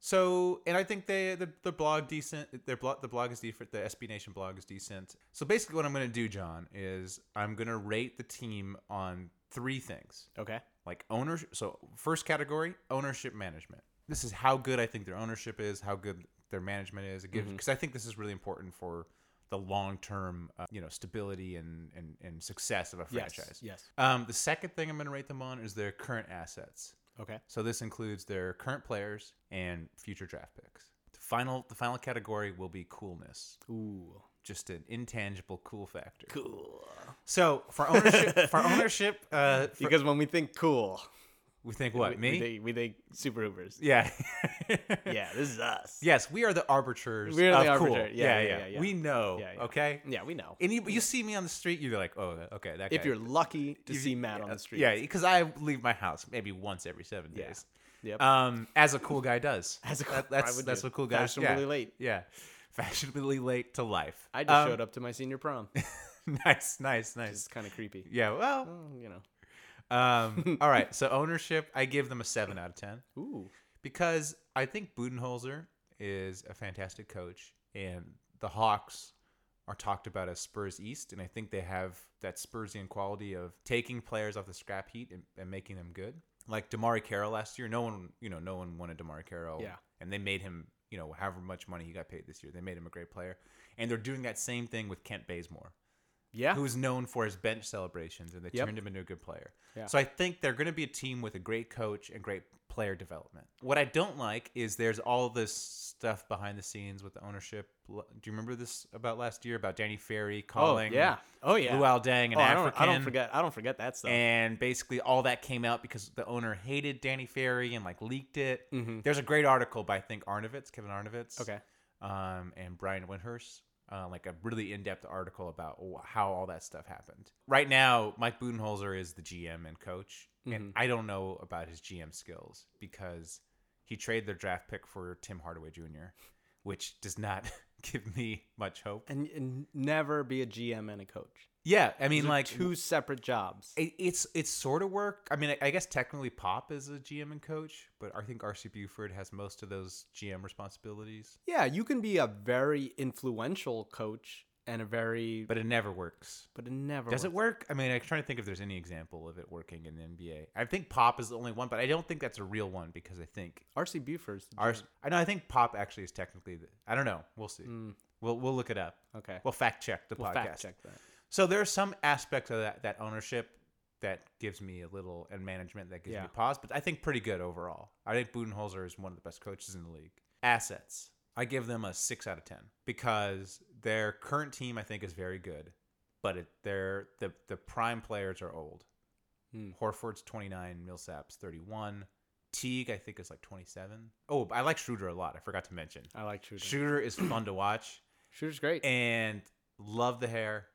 [SPEAKER 7] so and I think they the, the blog decent their blog the blog is decent the SB Nation blog is decent. So basically, what I'm going to do, John, is I'm going to rate the team on three things
[SPEAKER 8] okay.
[SPEAKER 7] like ownership. So first category, ownership management. This is how good I think their ownership is, how good their management is. It gives
[SPEAKER 8] Mm-hmm.
[SPEAKER 7] because I think this is really important for the long term, uh, you know, stability and, and and success of a
[SPEAKER 8] Yes,
[SPEAKER 7] franchise.
[SPEAKER 8] yes.
[SPEAKER 7] Um, the second thing I'm going to rate them on is their current assets.
[SPEAKER 8] Okay.
[SPEAKER 7] So this includes their current players and future draft picks. The final the final category will be coolness,
[SPEAKER 8] Ooh.
[SPEAKER 7] just an intangible cool factor.
[SPEAKER 8] Cool.
[SPEAKER 7] So for ownership, for ownership, uh, for-
[SPEAKER 8] Because when we think cool,
[SPEAKER 7] we think what
[SPEAKER 8] we,
[SPEAKER 7] me?
[SPEAKER 8] we think, we think super hoopers.
[SPEAKER 7] Yeah.
[SPEAKER 8] Yeah, this is us.
[SPEAKER 7] Yes, we are the arbiters.
[SPEAKER 8] We are the
[SPEAKER 7] of cool.
[SPEAKER 8] arbiter. Yeah, yeah, yeah, yeah.
[SPEAKER 7] We know.
[SPEAKER 8] Yeah, yeah.
[SPEAKER 7] Okay.
[SPEAKER 8] Yeah, we know.
[SPEAKER 7] And you, you see me on the street, you're like, oh, okay, that guy.
[SPEAKER 8] If you're lucky to
[SPEAKER 7] if
[SPEAKER 8] see
[SPEAKER 7] you-
[SPEAKER 8] Matt
[SPEAKER 7] yeah,
[SPEAKER 8] on the street.
[SPEAKER 7] Yeah, because I leave my house maybe once every seven
[SPEAKER 8] Yeah.
[SPEAKER 7] days.
[SPEAKER 8] Yep.
[SPEAKER 7] Um, as a cool guy does.
[SPEAKER 8] As a cool-
[SPEAKER 7] That- that's
[SPEAKER 8] I would
[SPEAKER 7] that's
[SPEAKER 8] do.
[SPEAKER 7] what cool guys.
[SPEAKER 8] Fashionably
[SPEAKER 7] yeah.
[SPEAKER 8] late.
[SPEAKER 7] Yeah. Fashionably late to life. Um,
[SPEAKER 8] I just showed up to my senior prom.
[SPEAKER 7] nice, nice, nice.
[SPEAKER 8] It's kind of creepy.
[SPEAKER 7] yeah. Well,
[SPEAKER 8] Well, You know.
[SPEAKER 7] Um, all right, so ownership, I give them a seven out of ten
[SPEAKER 8] Ooh.
[SPEAKER 7] because I think Budenholzer is a fantastic coach, and the Hawks are talked about as Spurs East, and I think they have that Spursian quality of taking players off the scrap heap and, and making them good. Like Damari Carroll last year, no one, you know, no one wanted Damari Carroll,
[SPEAKER 8] Yeah.
[SPEAKER 7] and they made him, you know, however much money he got paid this year, they made him a great player, and they're doing that same thing with Kent Bazemore
[SPEAKER 8] Yeah.
[SPEAKER 7] who's known for his bench celebrations, and they
[SPEAKER 8] Ah. Yep.
[SPEAKER 7] turned him into a good player.
[SPEAKER 8] Yeah.
[SPEAKER 7] So I think they're going to be a team with a great coach and great player development. What I don't like is there's all this stuff behind the scenes with the ownership. L- Do you remember this about last year about Danny Ferry calling?
[SPEAKER 8] yeah. Oh, yeah.
[SPEAKER 7] Luau Dang an
[SPEAKER 8] oh, I
[SPEAKER 7] African.
[SPEAKER 8] don't, I don't forget. I don't forget that stuff.
[SPEAKER 7] And basically, all that came out because the owner hated Danny Ferry and like leaked it. There's a great article by I think Arnovitz, Kevin Arnovitz
[SPEAKER 8] Mm-hmm. okay.
[SPEAKER 7] um, and Brian Windhurst, uh, like a really in-depth article about wh- how all that stuff happened. Right now, Mike Budenholzer is the GM and coach,
[SPEAKER 8] Mm-hmm.
[SPEAKER 7] and I don't know about his GM skills because he traded their draft pick for Tim Hardaway Jr., which does not give me much hope.
[SPEAKER 8] And, and never be a GM and a coach.
[SPEAKER 7] Yeah, I
[SPEAKER 8] These
[SPEAKER 7] mean,
[SPEAKER 8] are
[SPEAKER 7] like
[SPEAKER 8] two separate jobs.
[SPEAKER 7] it, it's it's sort of work. I mean, I, I guess technically Pop is a GM and coach, but I think RC Buford has most of those GM responsibilities.
[SPEAKER 8] Yeah, you can be a very influential coach and a very but,
[SPEAKER 7] But it never works.
[SPEAKER 8] it never
[SPEAKER 7] Does it
[SPEAKER 8] works.
[SPEAKER 7] work? I mean, I'm trying to think if there's any example of it working in the NBA. I think Pop is the only one, but I don't think that's a real one because I think
[SPEAKER 8] RC Buford's the
[SPEAKER 7] our
[SPEAKER 8] GM.
[SPEAKER 7] I know I think Pop actually is technically. The, I don't know. We'll see. We'll we'll look it up.
[SPEAKER 8] Mm. Okay.
[SPEAKER 7] We'll fact check the
[SPEAKER 8] We'll
[SPEAKER 7] podcast.
[SPEAKER 8] fact check that.
[SPEAKER 7] So there are some aspects of that that ownership that gives me a little and management that gives
[SPEAKER 8] Yeah.
[SPEAKER 7] me pause, but I think pretty good overall. I think Budenholzer is one of the best coaches in the league. Assets. I give them a six out of ten because their current team I think is very good, but it, they're the the prime players are old.
[SPEAKER 8] Hmm.
[SPEAKER 7] Horford's twenty nine, Millsap's thirty one, Teague I think is like twenty seven. Oh, I like Schroeder a lot. I forgot to mention.
[SPEAKER 8] I like shooting.
[SPEAKER 7] Schroeder is fun to watch
[SPEAKER 8] Shooter's great.
[SPEAKER 7] and love the hair.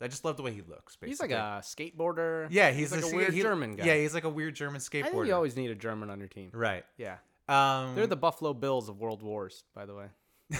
[SPEAKER 7] I just love the way he looks. Basically.
[SPEAKER 8] he's like a skateboarder.
[SPEAKER 7] yeah, he's,
[SPEAKER 8] like a
[SPEAKER 7] ska-
[SPEAKER 8] weird
[SPEAKER 7] he-
[SPEAKER 8] German guy.
[SPEAKER 7] Yeah, he's like a weird German
[SPEAKER 8] I think
[SPEAKER 7] skateboarder.
[SPEAKER 8] you always need a German on your team.
[SPEAKER 7] right.
[SPEAKER 8] Yeah.
[SPEAKER 7] Um,
[SPEAKER 8] They're the Buffalo Bills of World Wars, by the way. you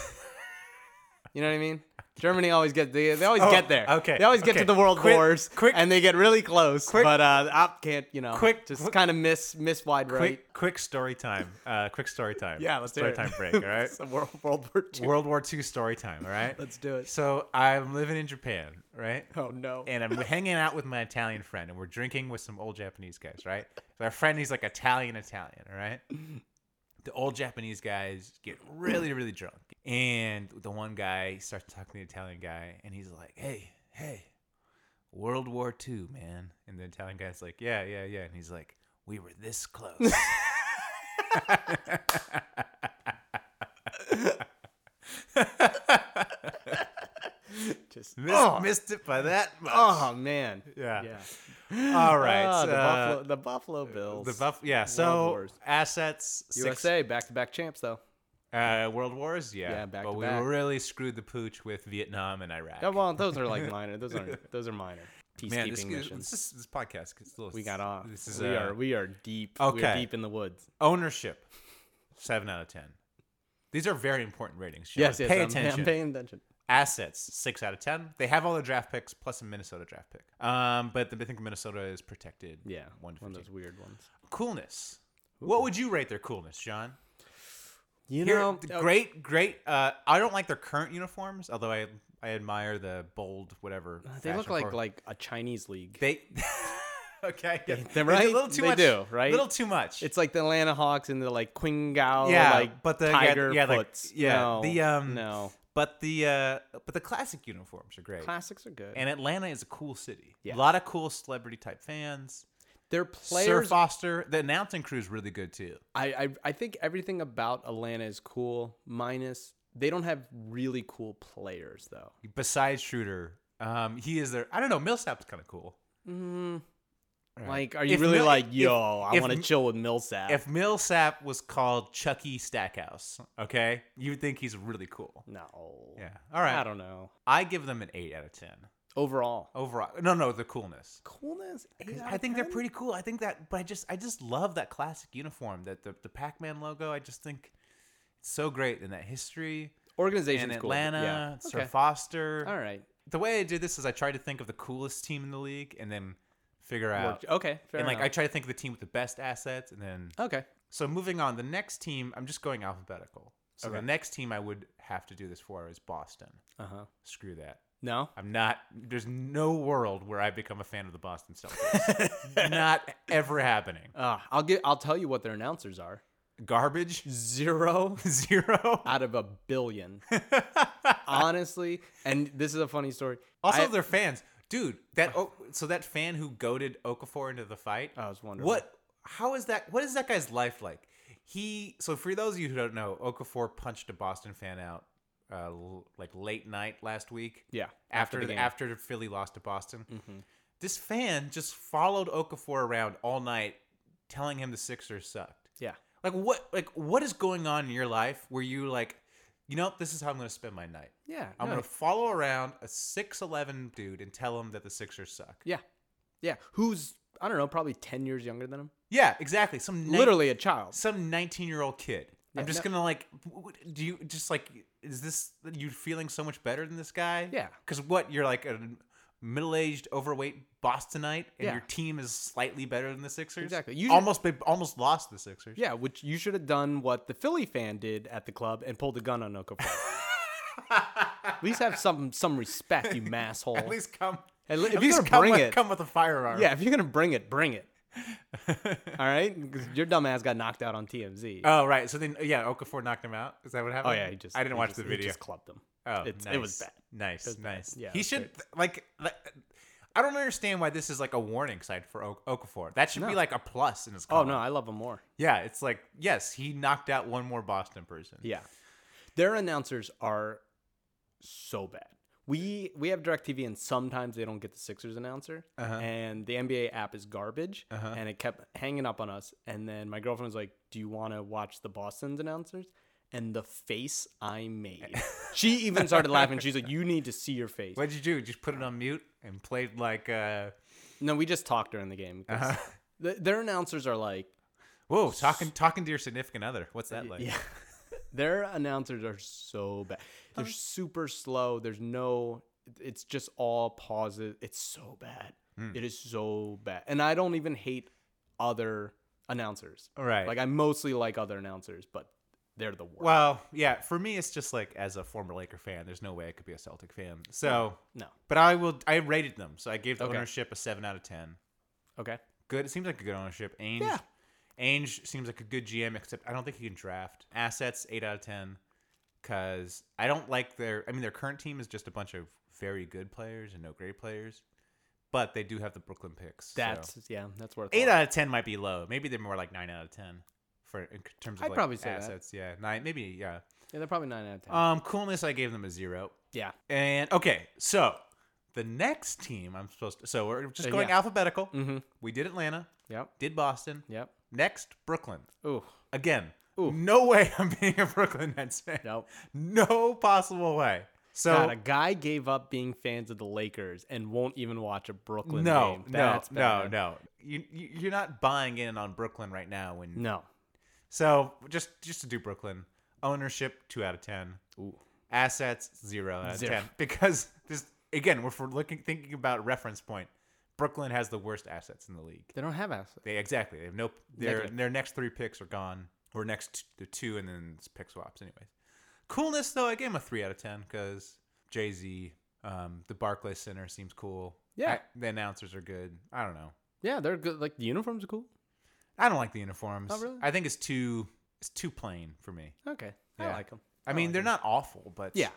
[SPEAKER 8] know what I mean? Germany always get they, they always
[SPEAKER 7] Oh,
[SPEAKER 8] get there.
[SPEAKER 7] okay,
[SPEAKER 8] They always get
[SPEAKER 7] okay.
[SPEAKER 8] to the World
[SPEAKER 7] Quick-
[SPEAKER 8] Wars
[SPEAKER 7] quick-
[SPEAKER 8] and they get really close.
[SPEAKER 7] quick-
[SPEAKER 8] but uh op can't, you know,
[SPEAKER 7] quick-
[SPEAKER 8] just
[SPEAKER 7] quick-
[SPEAKER 8] kind of miss miss wide
[SPEAKER 7] quick
[SPEAKER 8] right.
[SPEAKER 7] quick story time. Uh, quick story time.
[SPEAKER 8] Yeah, let's do
[SPEAKER 7] story
[SPEAKER 8] it.
[SPEAKER 7] time break. All right.
[SPEAKER 8] It's a World, World War II.
[SPEAKER 7] World War II story time. All right.
[SPEAKER 8] Let's do it.
[SPEAKER 7] So I'm living in Japan, right?
[SPEAKER 8] Oh no.
[SPEAKER 7] and I'm hanging out with my Italian friend, and we're drinking with some old Japanese guys, right? So our friend, he's like Italian, Italian, all right? The old Japanese guys get really, really drunk, and the one guy starts talking to the Italian guy, and he's like, "Hey, hey, World War II, man," and the Italian guy's like, "Yeah, yeah, yeah," and he's like, "We were this close."
[SPEAKER 8] Just
[SPEAKER 7] Miss, Missed it by that much.
[SPEAKER 8] Oh man.
[SPEAKER 7] Yeah.
[SPEAKER 8] Yeah.
[SPEAKER 7] All right.
[SPEAKER 8] Ah, the,
[SPEAKER 7] uh,
[SPEAKER 8] Buffalo, the Buffalo Bills.
[SPEAKER 7] The buff, yeah. So
[SPEAKER 8] Wars.
[SPEAKER 7] assets, six-
[SPEAKER 8] USA back to back champs though.
[SPEAKER 7] uh, World Wars, yeah.
[SPEAKER 8] Yeah, back
[SPEAKER 7] but
[SPEAKER 8] to
[SPEAKER 7] we
[SPEAKER 8] back.
[SPEAKER 7] really screwed the pooch with Vietnam and Iraq.
[SPEAKER 8] Yeah, well, those are like minor. Those are those are minor peacekeeping
[SPEAKER 7] Man, this, this,
[SPEAKER 8] missions.
[SPEAKER 7] this- this podcast gets a little-
[SPEAKER 8] we got off.
[SPEAKER 7] This is
[SPEAKER 8] we
[SPEAKER 7] uh,
[SPEAKER 8] are we are deep. We are
[SPEAKER 7] Okay.
[SPEAKER 8] deep in the woods.
[SPEAKER 7] ownership. Seven out of ten. These are very important ratings. Sean.
[SPEAKER 8] Yes, yes.
[SPEAKER 7] pay
[SPEAKER 8] I'm-
[SPEAKER 7] attention.
[SPEAKER 8] I'm paying attention.
[SPEAKER 7] Assets six out of ten. They have all the draft picks plus a Minnesota draft pick. Um, but I think Minnesota is protected.
[SPEAKER 8] Yeah,
[SPEAKER 7] one to
[SPEAKER 8] one of those
[SPEAKER 7] fifteen.
[SPEAKER 8] weird ones.
[SPEAKER 7] Coolness. What would you rate their coolness, John?
[SPEAKER 8] You
[SPEAKER 7] Here,
[SPEAKER 8] know,
[SPEAKER 7] the great, great. Uh, I don't like their current uniforms, although I I admire the bold whatever.
[SPEAKER 8] Uh, They look
[SPEAKER 7] fashion
[SPEAKER 8] like
[SPEAKER 7] forward-
[SPEAKER 8] like a Chinese league.
[SPEAKER 7] they. okay, yeah.
[SPEAKER 8] they- right?
[SPEAKER 7] a little too
[SPEAKER 8] They
[SPEAKER 7] much.
[SPEAKER 8] do, right?
[SPEAKER 7] Little too much.
[SPEAKER 8] it's like the Atlanta Hawks and the like Quingao,
[SPEAKER 7] yeah,
[SPEAKER 8] like
[SPEAKER 7] but the yeah,
[SPEAKER 8] tiger
[SPEAKER 7] yeah, like,
[SPEAKER 8] foots.
[SPEAKER 7] yeah,
[SPEAKER 8] No,
[SPEAKER 7] the um,
[SPEAKER 8] no
[SPEAKER 7] but the uh, but the classic uniforms are great.
[SPEAKER 8] classics are good.
[SPEAKER 7] and Atlanta is a cool city. A
[SPEAKER 8] Yeah.
[SPEAKER 7] lot of cool celebrity type fans.
[SPEAKER 8] their
[SPEAKER 7] Sir
[SPEAKER 8] players, I,
[SPEAKER 7] Foster, the announcing crew is really good too.
[SPEAKER 8] I I think everything about Atlanta is cool. Minus they don't have really cool players though.
[SPEAKER 7] Besides Schroeder, um, he is there. I don't know. Millsap's kind of cool.
[SPEAKER 8] Like, are you
[SPEAKER 7] If
[SPEAKER 8] really
[SPEAKER 7] Mil-
[SPEAKER 8] like,
[SPEAKER 7] if-
[SPEAKER 8] yo, I
[SPEAKER 7] if
[SPEAKER 8] want to
[SPEAKER 7] M-
[SPEAKER 8] chill with Millsap?
[SPEAKER 7] If Millsap was called Chucky Stackhouse, okay, you would think he's really cool.
[SPEAKER 8] no,
[SPEAKER 7] Yeah. All right.
[SPEAKER 8] I don't know.
[SPEAKER 7] I give them an eight out of ten
[SPEAKER 8] Overall,
[SPEAKER 7] overall. No, no, the coolness.
[SPEAKER 8] coolness. eight out
[SPEAKER 7] I
[SPEAKER 8] of
[SPEAKER 7] think they're
[SPEAKER 8] 10?
[SPEAKER 7] pretty cool. I think that, but I just, I just love that classic uniform, that the the Pac Man logo. I just think it's so great in that history.
[SPEAKER 8] Organization's
[SPEAKER 7] In
[SPEAKER 8] cool. Yeah.
[SPEAKER 7] Atlanta, Sir
[SPEAKER 8] Okay.
[SPEAKER 7] Foster.
[SPEAKER 8] All right.
[SPEAKER 7] The way I did this is I tried to think of the coolest team in the league and then figure out.
[SPEAKER 8] Worked- okay, fair
[SPEAKER 7] and like
[SPEAKER 8] enough.
[SPEAKER 7] I try to think of the team with the best assets, and then
[SPEAKER 8] okay.
[SPEAKER 7] so moving on, the next team I'm just going alphabetical. So the next team I would have to do this for is Boston.
[SPEAKER 8] Uh huh.
[SPEAKER 7] Screw that.
[SPEAKER 8] No.
[SPEAKER 7] I'm not. There's no world where I become a fan of the Boston Celtics. not ever happening.
[SPEAKER 8] Uh, I'll get. I'll tell you what their announcers are.
[SPEAKER 7] Garbage.
[SPEAKER 8] Zero
[SPEAKER 7] Zero.
[SPEAKER 8] out of a billion. Honestly, and this is a funny story.
[SPEAKER 7] Also,
[SPEAKER 8] I-
[SPEAKER 7] their fans, dude. That oh, so that fan who goaded Okafor into the fight.
[SPEAKER 8] I was wondering.
[SPEAKER 7] what. How is that? What is that guy's life like? He. So for those of you who don't know, Okafor punched a Boston fan out, uh, l- like late night last week.
[SPEAKER 8] Yeah, after
[SPEAKER 7] After
[SPEAKER 8] the
[SPEAKER 7] after,
[SPEAKER 8] game. Mm-hmm.
[SPEAKER 7] Philly lost to Boston, this fan just followed Okafor around all night, telling him the Sixers sucked.
[SPEAKER 8] Yeah.
[SPEAKER 7] Like what? Like what is going on in your life where you like, you know, this is how I'm going to spend my night.
[SPEAKER 8] Yeah.
[SPEAKER 7] I'm
[SPEAKER 8] no,
[SPEAKER 7] gonna follow around a six eleven dude and tell him that the Sixers suck.
[SPEAKER 8] Yeah. Yeah. Who's I don't know, probably ten years younger than him.
[SPEAKER 7] Yeah, exactly. Some nine-
[SPEAKER 8] Literally a child.
[SPEAKER 7] some nineteen year old kid. I'm just
[SPEAKER 8] no-
[SPEAKER 7] gonna like, w- w- do you just like? Is this you feeling so much better than this guy?
[SPEAKER 8] Yeah.
[SPEAKER 7] Because what you're like a middle aged overweight Bostonite, and
[SPEAKER 8] Yeah.
[SPEAKER 7] your team is slightly better than the Sixers.
[SPEAKER 8] Exactly. You-
[SPEAKER 7] You almost they almost lost the Sixers.
[SPEAKER 8] Yeah, which you should have done what the Philly fan did at the club and pulled a gun on Okafor. at least have some some respect, you masshole.
[SPEAKER 7] At least come.
[SPEAKER 8] At le- if
[SPEAKER 7] at
[SPEAKER 8] you're
[SPEAKER 7] least
[SPEAKER 8] gonna
[SPEAKER 7] come
[SPEAKER 8] bring
[SPEAKER 7] with,
[SPEAKER 8] it-
[SPEAKER 7] come with a firearm.
[SPEAKER 8] yeah, if you're gonna bring it, bring it. All right, 'Cause your dumb ass got knocked out on TMZ.
[SPEAKER 7] Oh right. So then yeah, Okafor knocked him out. Is that what
[SPEAKER 8] oh
[SPEAKER 7] happened?
[SPEAKER 8] yeah, he just
[SPEAKER 7] I didn't
[SPEAKER 8] he
[SPEAKER 7] watch
[SPEAKER 8] just-
[SPEAKER 7] the
[SPEAKER 8] he
[SPEAKER 7] video.
[SPEAKER 8] just clubbed him.
[SPEAKER 7] Oh,
[SPEAKER 8] It's- it was bad.
[SPEAKER 7] Nice,
[SPEAKER 8] was bad.
[SPEAKER 7] nice.
[SPEAKER 8] Yeah, it
[SPEAKER 7] he
[SPEAKER 8] was
[SPEAKER 7] should like. th- I don't understand why this is like a warning sign for o- Okafor. That should be like a plus in his.
[SPEAKER 8] Oh
[SPEAKER 7] Column.
[SPEAKER 8] no, I love him more.
[SPEAKER 7] Yeah, it's like yes, he knocked out one more Boston person.
[SPEAKER 8] Yeah. Their announcers are so bad. We we have DirecTV and sometimes they don't get the Sixers announcer. And the NBA app is garbage and it kept hanging up on us. And then my girlfriend was like, "Do you want to watch the Boston's announcers?" And the face I made. she even started laughing. She's like, "You need to see your face."
[SPEAKER 7] What'd you do? Just put it on mute and played like. Uh,
[SPEAKER 8] No, we just talked during the game. 'cause th- their announcers are like
[SPEAKER 7] Whoa, talking talking to your significant other. What's that like?
[SPEAKER 8] Yeah. Their announcers are so bad. They're super slow. There's no it's just all pauses. It's so bad.
[SPEAKER 7] Hmm.
[SPEAKER 8] It is so bad. And I don't even hate other announcers.
[SPEAKER 7] Right.
[SPEAKER 8] Like I mostly like other announcers, but they're the worst.
[SPEAKER 7] Well, yeah. For me, it's just like as a former Laker fan, there's no way I could be a Celtic fan. So,
[SPEAKER 8] no.
[SPEAKER 7] but I will. I rated them, so I gave the
[SPEAKER 8] Okay.
[SPEAKER 7] ownership a seven out of ten.
[SPEAKER 8] Okay.
[SPEAKER 7] good. It seems like a good ownership. Ainge,
[SPEAKER 8] Yeah.
[SPEAKER 7] Ainge seems like a good GM, except I don't think he can draft assets. Eight out of ten, because I don't like their. I mean, their current team is just a bunch of very good players and no great players, but they do have the Brooklyn picks. so-
[SPEAKER 8] That's yeah, that's worth
[SPEAKER 7] eight out of ten might be low. Maybe they're more like nine out of ten for in terms of
[SPEAKER 8] I'd
[SPEAKER 7] like,
[SPEAKER 8] probably say that.
[SPEAKER 7] assets. Yeah, nine, maybe yeah.
[SPEAKER 8] Yeah, they're probably nine out of ten.
[SPEAKER 7] Um, coolness, I gave them a zero.
[SPEAKER 8] yeah.
[SPEAKER 7] And okay, so the next team I'm supposed to. So we're just
[SPEAKER 8] Uh,
[SPEAKER 7] going
[SPEAKER 8] yeah.
[SPEAKER 7] alphabetical. We did Atlanta.
[SPEAKER 8] Yep.
[SPEAKER 7] Did Boston.
[SPEAKER 8] Yep.
[SPEAKER 7] Next, Brooklyn.
[SPEAKER 8] Ooh.
[SPEAKER 7] Again, no way I'm being a Brooklyn Nets fan.
[SPEAKER 8] Nope.
[SPEAKER 7] No possible way. So
[SPEAKER 8] God, a guy gave up being fans of the Lakers and won't even watch a Brooklyn
[SPEAKER 7] no,
[SPEAKER 8] game.
[SPEAKER 7] no,
[SPEAKER 8] That's
[SPEAKER 7] no,
[SPEAKER 8] bad.
[SPEAKER 7] no. You you- you're not buying in on Brooklyn right now. When
[SPEAKER 8] No.
[SPEAKER 7] so just just to do Brooklyn ownership two out of ten. Ooh. Assets zero out of
[SPEAKER 8] Zero.
[SPEAKER 7] ten because this again we're for looking thinking about reference point. Brooklyn has the worst assets in the league.
[SPEAKER 8] They don't have assets.
[SPEAKER 7] They exactly. They have no. Their
[SPEAKER 8] Negative.
[SPEAKER 7] their next three picks are gone, or next t- the two, and then it's pick swaps. Anyways, coolness though, I gave him a three out of ten because Jay Z, um, the Barclays Center seems cool.
[SPEAKER 8] Yeah.
[SPEAKER 7] I- the announcers are good. I don't know.
[SPEAKER 8] Yeah, they're good. Like the uniforms are cool.
[SPEAKER 7] I don't like the uniforms.
[SPEAKER 8] Oh, really?
[SPEAKER 7] I think it's too it's too plain for me.
[SPEAKER 8] Okay, I
[SPEAKER 7] Yeah.
[SPEAKER 8] like them.
[SPEAKER 7] I mean, they're not awful, but
[SPEAKER 8] Oh, Yeah,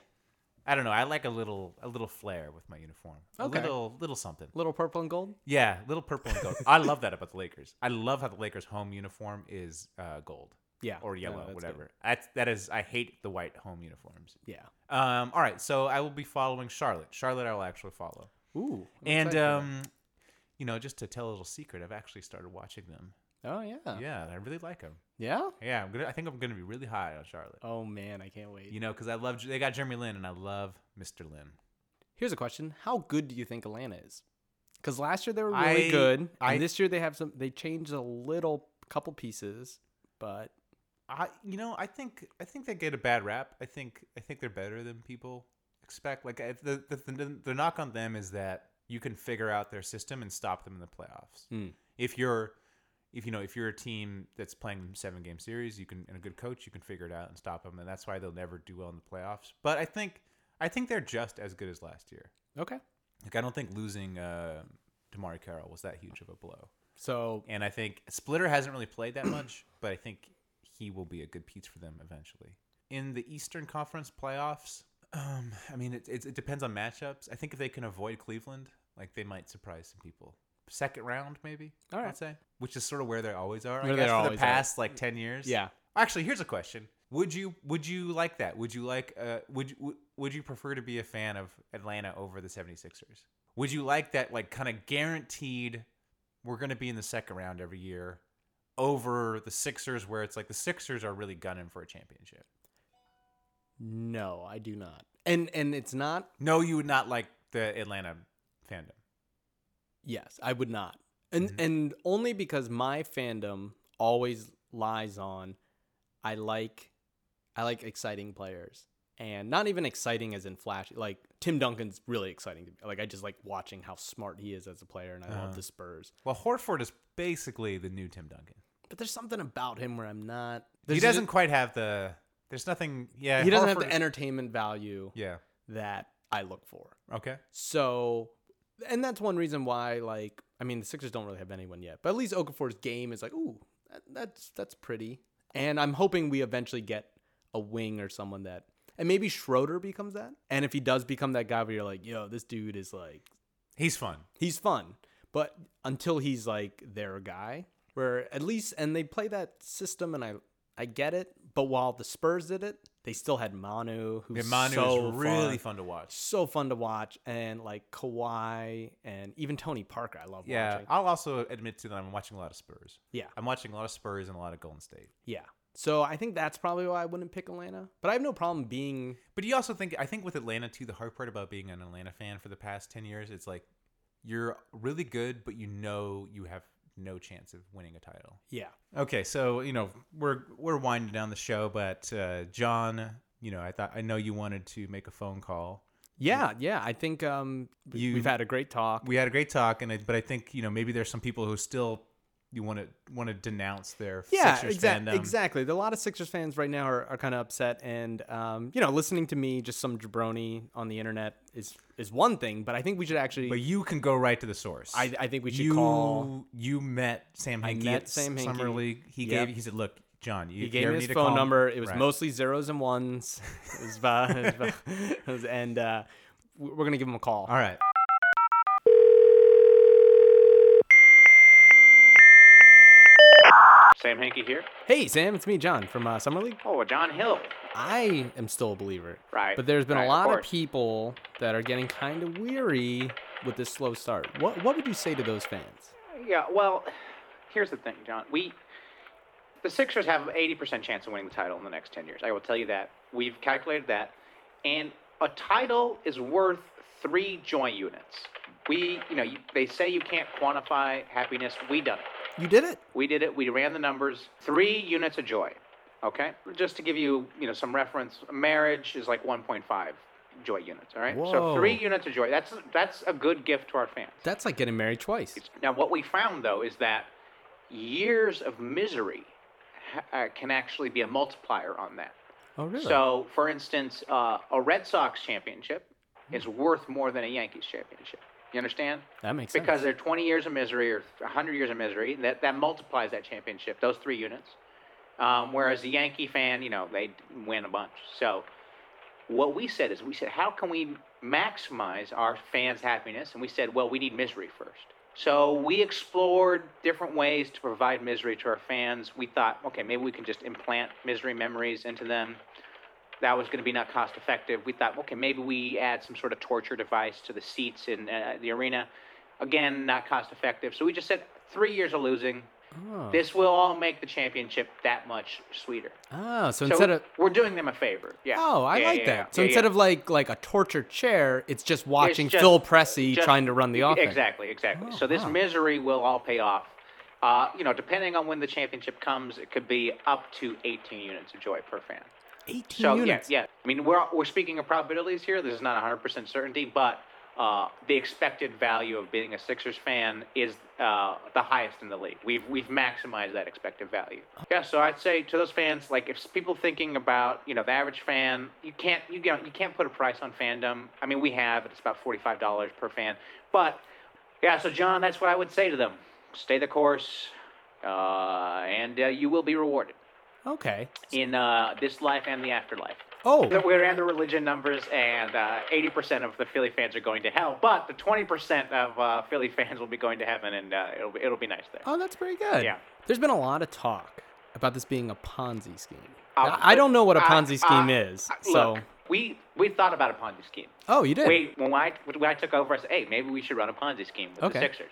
[SPEAKER 7] I don't know. I like a little a little flair with my uniform.
[SPEAKER 8] Okay.
[SPEAKER 7] A little little something.
[SPEAKER 8] little purple and gold.
[SPEAKER 7] Yeah, little purple and gold. I love that about the Lakers. I love how the Lakers' home uniform is uh, gold.
[SPEAKER 8] Yeah,
[SPEAKER 7] or
[SPEAKER 8] no,
[SPEAKER 7] yellow,
[SPEAKER 8] that's
[SPEAKER 7] whatever. That's that is. I hate the white home uniforms.
[SPEAKER 8] Yeah.
[SPEAKER 7] Um. All right. So I will be following Charlotte. Charlotte, I will actually follow.
[SPEAKER 8] Ooh. I'm
[SPEAKER 7] and
[SPEAKER 8] excited for
[SPEAKER 7] um, you know, just to tell a little secret, I've actually started watching them.
[SPEAKER 8] that. Oh yeah. Yeah.
[SPEAKER 7] Yeah, and I really like them. Yeah, I'm gonna. I think I'm gonna be really high on Charlotte.
[SPEAKER 8] Oh man, I can't wait.
[SPEAKER 7] You know, because I love. They got Jeremy Lin, and I love Mr. Lin.
[SPEAKER 8] Here's a question: How good do you think Atlanta is? Because last year they were really
[SPEAKER 7] I-
[SPEAKER 8] good,
[SPEAKER 7] I-
[SPEAKER 8] and this year they have some. They changed a little couple pieces, but
[SPEAKER 7] I, you know, I think I think they get a bad rap. I think I think they're better than people expect. Like I, the, the the the knock on them is that you can figure out their system and stop them in the playoffs. If you're if you know if you're a team that's playing seven game series, you can and a good coach, you can figure it out and stop them, and that's why they'll never do well in the playoffs. But I think I think they're just as good as last year.
[SPEAKER 8] Okay.
[SPEAKER 7] Like I don't think losing uh, Damari Carroll was that huge of a blow.
[SPEAKER 8] So
[SPEAKER 7] And I think Splitter hasn't really played that much, but I think he will be a good piece for them eventually. In the Eastern Conference playoffs, um, I mean, it, it, it depends on matchups. I think if they can avoid Cleveland, like they might surprise some people. Second round, maybe.
[SPEAKER 8] All right.
[SPEAKER 7] I'd say, which is sort of where they always are.
[SPEAKER 8] Where
[SPEAKER 7] I guess
[SPEAKER 8] they
[SPEAKER 7] for the
[SPEAKER 8] always are.
[SPEAKER 7] past like ten years.
[SPEAKER 8] Yeah.
[SPEAKER 7] Actually, here's a question: Would you would you like that? Would you like uh would you, would you prefer to be a fan of Atlanta over the 76ers? Would you like that like kind of guaranteed we're going to be in the second round every year over the Sixers where it's like the Sixers are really gunning for a championship?
[SPEAKER 8] no, I do not. And and it's not
[SPEAKER 7] No, you would not like the Atlanta fandom.
[SPEAKER 8] Yes, I would not. And
[SPEAKER 7] Mm-hmm.
[SPEAKER 8] and only because my fandom always lies on I like I like exciting players. And not even exciting as in flash. Like Tim Duncan's really exciting to me. Like I just like watching how smart he is as a player and I
[SPEAKER 7] Uh-huh.
[SPEAKER 8] love the Spurs.
[SPEAKER 7] Well, Horford is basically the new Tim Duncan.
[SPEAKER 8] But there's something about him where I'm not
[SPEAKER 7] He
[SPEAKER 8] there's
[SPEAKER 7] doesn't
[SPEAKER 8] just-
[SPEAKER 7] quite have the there's nothing yeah,
[SPEAKER 8] he doesn't have
[SPEAKER 7] Horford-
[SPEAKER 8] the entertainment value
[SPEAKER 7] Yeah.
[SPEAKER 8] that I look for.
[SPEAKER 7] Okay.
[SPEAKER 8] So, and that's one reason why, like, I mean, the Sixers don't really have anyone yet, but at least Okafor's game is like, ooh, that, that's that's pretty. And I'm hoping we eventually get a wing or someone that, and maybe Schroeder becomes that. And if he does become that guy, where you're like, yo, this dude is like,
[SPEAKER 7] He's fun.
[SPEAKER 8] he's fun, but until he's like their guy, where at least, and they play that system, and I I get it. But while the Spurs did it, they still had Manu, who's
[SPEAKER 7] Yeah, Manu
[SPEAKER 8] so
[SPEAKER 7] is really fun
[SPEAKER 8] fun
[SPEAKER 7] to watch.
[SPEAKER 8] so fun to watch, and like Kawhi and even Tony Parker, I love
[SPEAKER 7] Yeah,
[SPEAKER 8] watching.
[SPEAKER 7] I'll also admit to that I'm watching a lot of Spurs.
[SPEAKER 8] Yeah.
[SPEAKER 7] I'm watching a lot of Spurs and a lot of Golden State.
[SPEAKER 8] Yeah. So I think that's probably why I wouldn't pick Atlanta. But I have no problem being
[SPEAKER 7] But you also think I think with Atlanta too, the hard part about being an Atlanta fan for the past ten years, it's like you're really good, but you know you have no chance of winning a title.
[SPEAKER 8] yeah.
[SPEAKER 7] Okay, so you know we're we're winding down the show, but uh, John, you know I thought I know you wanted to make a phone call.
[SPEAKER 8] Yeah, yeah. I think um we-
[SPEAKER 7] You-
[SPEAKER 8] we've had a great talk.
[SPEAKER 7] We had a great talk, and I, but I think you know maybe there's some people who still you want to want to denounce their
[SPEAKER 8] yeah,
[SPEAKER 7] Sixers
[SPEAKER 8] exact-
[SPEAKER 7] fandom.
[SPEAKER 8] exactly. There are A lot of Sixers fans right now are, are kind of upset, and um, you know, listening to me, just some jabroni on the internet is is one thing. But I think we should actually.
[SPEAKER 7] But you can go right to the source.
[SPEAKER 8] I, I think we should
[SPEAKER 7] you,
[SPEAKER 8] call.
[SPEAKER 7] You met Sam
[SPEAKER 8] I
[SPEAKER 7] Hinkie
[SPEAKER 8] met
[SPEAKER 7] at
[SPEAKER 8] Sam
[SPEAKER 7] Summer
[SPEAKER 8] Hinkie.
[SPEAKER 7] League. He
[SPEAKER 8] Yep.
[SPEAKER 7] gave. He said, "Look, John, you,
[SPEAKER 8] He
[SPEAKER 7] if you
[SPEAKER 8] gave
[SPEAKER 7] ever
[SPEAKER 8] me his
[SPEAKER 7] need to
[SPEAKER 8] phone
[SPEAKER 7] call-
[SPEAKER 8] number. It was
[SPEAKER 7] Right.
[SPEAKER 8] mostly zeros and ones. It was about, it was about- it was- and uh, w- we're gonna give him a call.
[SPEAKER 7] all right."
[SPEAKER 1] Sam Hankey here.
[SPEAKER 8] Hey Sam, it's me, John from uh, Summer League.
[SPEAKER 1] Oh, John Hill.
[SPEAKER 8] I am still a believer.
[SPEAKER 1] Right,
[SPEAKER 8] But there's been
[SPEAKER 1] right,
[SPEAKER 8] a
[SPEAKER 1] of
[SPEAKER 8] lot of,
[SPEAKER 1] course.
[SPEAKER 8] people that are getting kind of weary with this slow start. What what would you say to those fans?
[SPEAKER 1] Yeah, well, here's the thing, John. We the Sixers have an 80% chance of winning the title in the next 10 years. I will tell you that. We've calculated that. And a title is worth 3 joint units. We, you know, you, they say you can't quantify happiness. We done it.
[SPEAKER 8] You did it.
[SPEAKER 1] We did it. We ran the numbers. Three units of joy. Okay, just to give you you know some reference, marriage is like 1.5 joy units. All right,
[SPEAKER 8] Whoa.
[SPEAKER 1] so three units of joy. That's that's a good gift to our fans.
[SPEAKER 8] That's like getting married twice.
[SPEAKER 1] Now, what we found though is that years of misery ha- uh, can actually be a multiplier on that.
[SPEAKER 8] Oh really?
[SPEAKER 1] So, for instance, uh, a Red Sox championship is worth more than a Yankees championship. You understand?
[SPEAKER 8] that makes sense.
[SPEAKER 1] because they're 20 years of misery or 100 years of misery that, that multiplies that championship those three units um, whereas the yankee fan you know they win a bunch so what we said is we said how can we maximize our fans happiness and we said well we need misery first so we explored different ways to provide misery to our fans we thought okay maybe we can just implant misery memories into them that was going to be not cost effective. We thought, okay, maybe we add some sort of torture device to the seats in uh, the arena. Again, not cost effective. So we just said three years of losing. This will all make the championship that much sweeter.
[SPEAKER 8] oh, so
[SPEAKER 1] So
[SPEAKER 8] instead of
[SPEAKER 1] we're doing them a favor. Yeah.
[SPEAKER 8] Oh, I
[SPEAKER 1] Yeah,
[SPEAKER 8] like
[SPEAKER 1] yeah,
[SPEAKER 8] that.
[SPEAKER 1] yeah,
[SPEAKER 8] so
[SPEAKER 1] yeah,
[SPEAKER 8] instead
[SPEAKER 1] yeah.
[SPEAKER 8] of like like a torture chair, it's just
[SPEAKER 1] It's
[SPEAKER 8] watching
[SPEAKER 1] just-
[SPEAKER 8] Phil Pressey
[SPEAKER 1] just- e-,
[SPEAKER 8] trying to run the offense. Oh,
[SPEAKER 1] Exactly, exactly. so this misery will all pay off. Uh, you know, depending on when the championship comes, it could be up to 18 units of joy per fan.
[SPEAKER 8] 18
[SPEAKER 1] So
[SPEAKER 8] units.
[SPEAKER 1] yeah, yeah. I mean, we're we're speaking of probabilities here. This is not 100% certainty, but uh, the expected value of being a Sixers fan is uh, the highest in the league. We've we've maximized that expected value. Yeah, so I'd say to those fans, like if people thinking about you know the average fan, you can't you can't, you can't put a price on fandom. I mean, we have it's about forty five dollars per fan, but yeah. So John, that's what I would say to them: stay the course, uh, and uh, you will be rewarded
[SPEAKER 8] Okay.
[SPEAKER 1] in uh, this life and the afterlife.
[SPEAKER 8] Oh,
[SPEAKER 1] We ran the religion numbers, and uh, 80% of the Philly fans are going to hell, but the 20% of uh, Philly fans will be going to heaven, and uh, it'll, be, it'll be nice there.
[SPEAKER 8] oh, that's pretty good.
[SPEAKER 1] Yeah.
[SPEAKER 8] There's been a lot of talk about this being a Ponzi scheme.
[SPEAKER 1] Uh,
[SPEAKER 8] Now, I don't know what a
[SPEAKER 1] uh,
[SPEAKER 8] Ponzi scheme
[SPEAKER 1] uh,
[SPEAKER 8] is,
[SPEAKER 1] uh,
[SPEAKER 8] so.
[SPEAKER 1] look, we we thought about a Ponzi scheme.
[SPEAKER 8] Oh, you did.
[SPEAKER 1] We when I when I took over, I said, "Hey, maybe we should run a Ponzi scheme with
[SPEAKER 8] Okay.
[SPEAKER 1] the Sixers."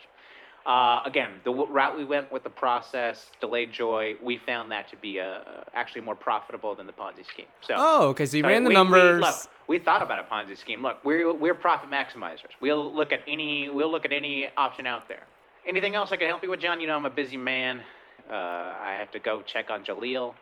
[SPEAKER 1] Uh, again, the w- route we went with the process, delayed joy, we found that to be uh, actually more profitable than the Ponzi scheme. So,
[SPEAKER 8] Oh, okay. So you
[SPEAKER 1] So
[SPEAKER 8] ran the
[SPEAKER 1] we- we-
[SPEAKER 8] numbers.
[SPEAKER 1] look, we thought about a Ponzi scheme. Look, we're we're profit maximizers. We'll look at any we'll look at any option out there. Anything else I can help you with, John? You know I'm a busy man. Uh, I have to go check on Jaleel.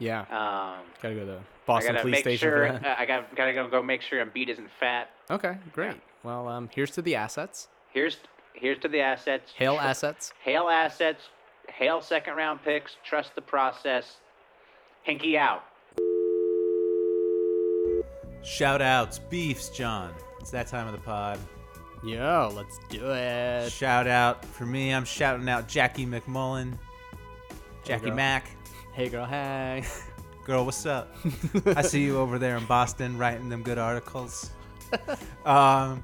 [SPEAKER 8] yeah.
[SPEAKER 1] Um,
[SPEAKER 8] gotta go to the
[SPEAKER 1] I
[SPEAKER 8] Boston
[SPEAKER 1] gotta
[SPEAKER 8] police
[SPEAKER 1] make
[SPEAKER 8] station.
[SPEAKER 1] sure. uh,
[SPEAKER 8] for that.
[SPEAKER 1] I gotta gotta go- go make sure Embiid isn't fat.
[SPEAKER 8] okay, great. Well, um, here's to the assets.
[SPEAKER 1] Here's here's to the assets.
[SPEAKER 8] Hail
[SPEAKER 1] Tr-
[SPEAKER 8] assets.
[SPEAKER 1] Hail assets. Hail second round picks. Trust the process. Hinky out.
[SPEAKER 7] Shout outs, beefs, John. It's that time of the pod.
[SPEAKER 8] Yo, let's do it.
[SPEAKER 7] Shout out for me. I'm shouting out Jackie McMullen, Jackie
[SPEAKER 8] girl.
[SPEAKER 7] Mack.
[SPEAKER 8] Hey, girl, hey.
[SPEAKER 7] Girl, what's up? I see you over there in Boston writing them good articles. Um,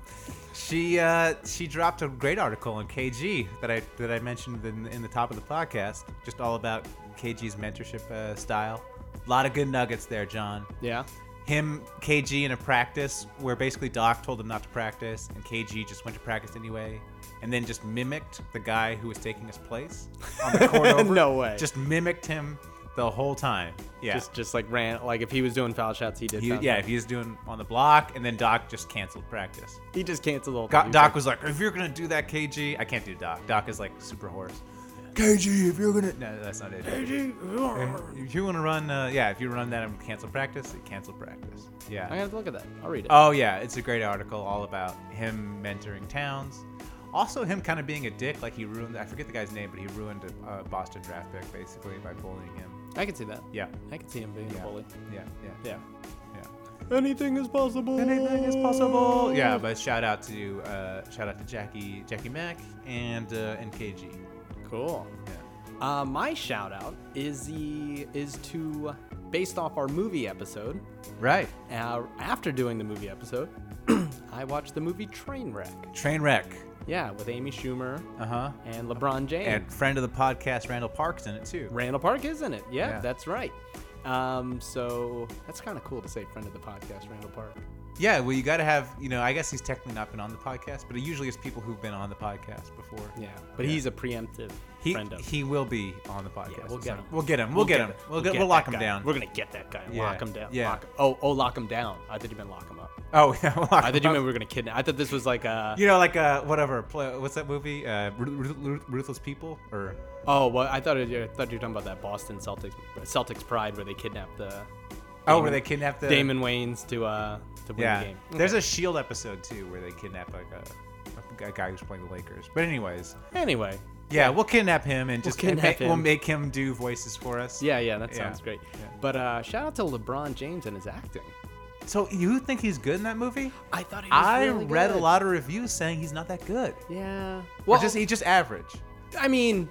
[SPEAKER 7] she uh, she dropped a great article on KG that I that I mentioned in, in the top of the podcast, just all about KG's mentorship uh, style. A lot of good nuggets there, John.
[SPEAKER 8] Yeah.
[SPEAKER 7] him KG in a practice where basically Doc told him not to practice and KG just went to practice anyway and then just mimicked the guy who was taking his place on the court over.
[SPEAKER 8] No way.
[SPEAKER 7] Just mimicked him the whole time. Yeah.
[SPEAKER 8] Just, just like ran. Like if he was doing foul shots, he did.
[SPEAKER 7] He-
[SPEAKER 8] foul
[SPEAKER 7] yeah,
[SPEAKER 8] shots.
[SPEAKER 7] if he was doing on the block and then Doc just canceled practice.
[SPEAKER 8] He just canceled the whole
[SPEAKER 7] Go-
[SPEAKER 8] thing. He
[SPEAKER 7] Doc was
[SPEAKER 8] was
[SPEAKER 7] like, if you're gonna do that, KG, I can't do Doc. Doc is like super hoarse. KG, if you're gonna no, that's not it. KG, if you wanna run, uh, yeah, if you run that and cancel practice, it cancel practice. Yeah,
[SPEAKER 8] like, I gotta look at that. I'll read it.
[SPEAKER 7] Oh yeah, it's a great article all about him mentoring towns. Also, him kind of being a dick, like he ruined—I forget the guy's name—but he ruined a, a Boston draft pick basically by bullying him.
[SPEAKER 8] I can see that.
[SPEAKER 7] Yeah,
[SPEAKER 8] I can see him being
[SPEAKER 7] yeah,
[SPEAKER 8] a bully.
[SPEAKER 7] yeah, yeah,
[SPEAKER 8] Yeah.
[SPEAKER 7] yeah.
[SPEAKER 8] Anything is possible.
[SPEAKER 7] Anything is possible. Yeah, but shout out to uh, shout out to Jackie, Jackie Mack, and uh, and KG.
[SPEAKER 8] Cool.
[SPEAKER 7] Yeah.
[SPEAKER 8] Uh, my shout out is the is to based off our movie episode.
[SPEAKER 7] Right.
[SPEAKER 8] Uh, after doing the movie episode, I watched the movie Trainwreck.
[SPEAKER 7] Train wreck.
[SPEAKER 8] Yeah, with Amy Schumer
[SPEAKER 7] Uh huh.
[SPEAKER 8] Uh-huh. and LeBron James.
[SPEAKER 7] And friend of the podcast, Randall Parks, in it too.
[SPEAKER 8] Randall Park, isn't it? Yeah,
[SPEAKER 7] Yeah.
[SPEAKER 8] that's right. Um, so that's kind of cool to say friend of the podcast, Randall Park.
[SPEAKER 7] Yeah, well, you got to have, you know, I guess he's technically not been on the podcast, but it usually is people who've been on the podcast before.
[SPEAKER 8] Yeah, but he's a preemptive
[SPEAKER 7] He,
[SPEAKER 8] friend of.
[SPEAKER 7] he will be on the podcast.
[SPEAKER 8] yeah, we'll
[SPEAKER 7] at
[SPEAKER 8] get
[SPEAKER 7] some-
[SPEAKER 8] him.
[SPEAKER 7] We'll get him. We'll, get, him. We'll, get, we'll
[SPEAKER 8] that
[SPEAKER 7] lock him
[SPEAKER 8] guy.
[SPEAKER 7] down.
[SPEAKER 8] We're gonna get that guy. and Lock
[SPEAKER 7] Yeah,
[SPEAKER 8] him down.
[SPEAKER 7] yeah.
[SPEAKER 8] Lock him- oh, oh, lock him down. I thought you meant lock him up.
[SPEAKER 7] oh, yeah. We'll lock
[SPEAKER 8] I
[SPEAKER 7] him
[SPEAKER 8] thought you
[SPEAKER 7] up.
[SPEAKER 8] meant we were gonna kidnap. I thought this was like a.
[SPEAKER 7] You know, like uh, whatever. Play, what's that movie? Uh, Ruth- Ruth- Ruth- Ruthless People or
[SPEAKER 8] Oh, well, I thought it, I thought you were talking about that Boston Celtics Celtics Pride where they kidnapped the
[SPEAKER 7] oh, where they kidnap the
[SPEAKER 8] Damon Wayans to uh to win
[SPEAKER 7] Yeah,
[SPEAKER 8] the game.
[SPEAKER 7] there's a Shield E episode too where they kidnap like a, a guy who's playing the Lakers. But anyways,
[SPEAKER 8] Anyway,
[SPEAKER 7] yeah, we'll kidnap him and just and
[SPEAKER 8] kidnap
[SPEAKER 7] make- we'll
[SPEAKER 8] him.
[SPEAKER 7] make him do voices for us.
[SPEAKER 8] yeah, yeah, that
[SPEAKER 7] Yeah,
[SPEAKER 8] sounds great.
[SPEAKER 7] yeah.
[SPEAKER 8] But uh, shout out to LeBron James and his acting.
[SPEAKER 7] So you think he's good in that movie?
[SPEAKER 8] I thought he
[SPEAKER 7] I read a lot of reviews saying he's not that good.
[SPEAKER 8] Yeah.
[SPEAKER 7] Well,
[SPEAKER 8] Well,
[SPEAKER 7] just he's just average.
[SPEAKER 8] I mean,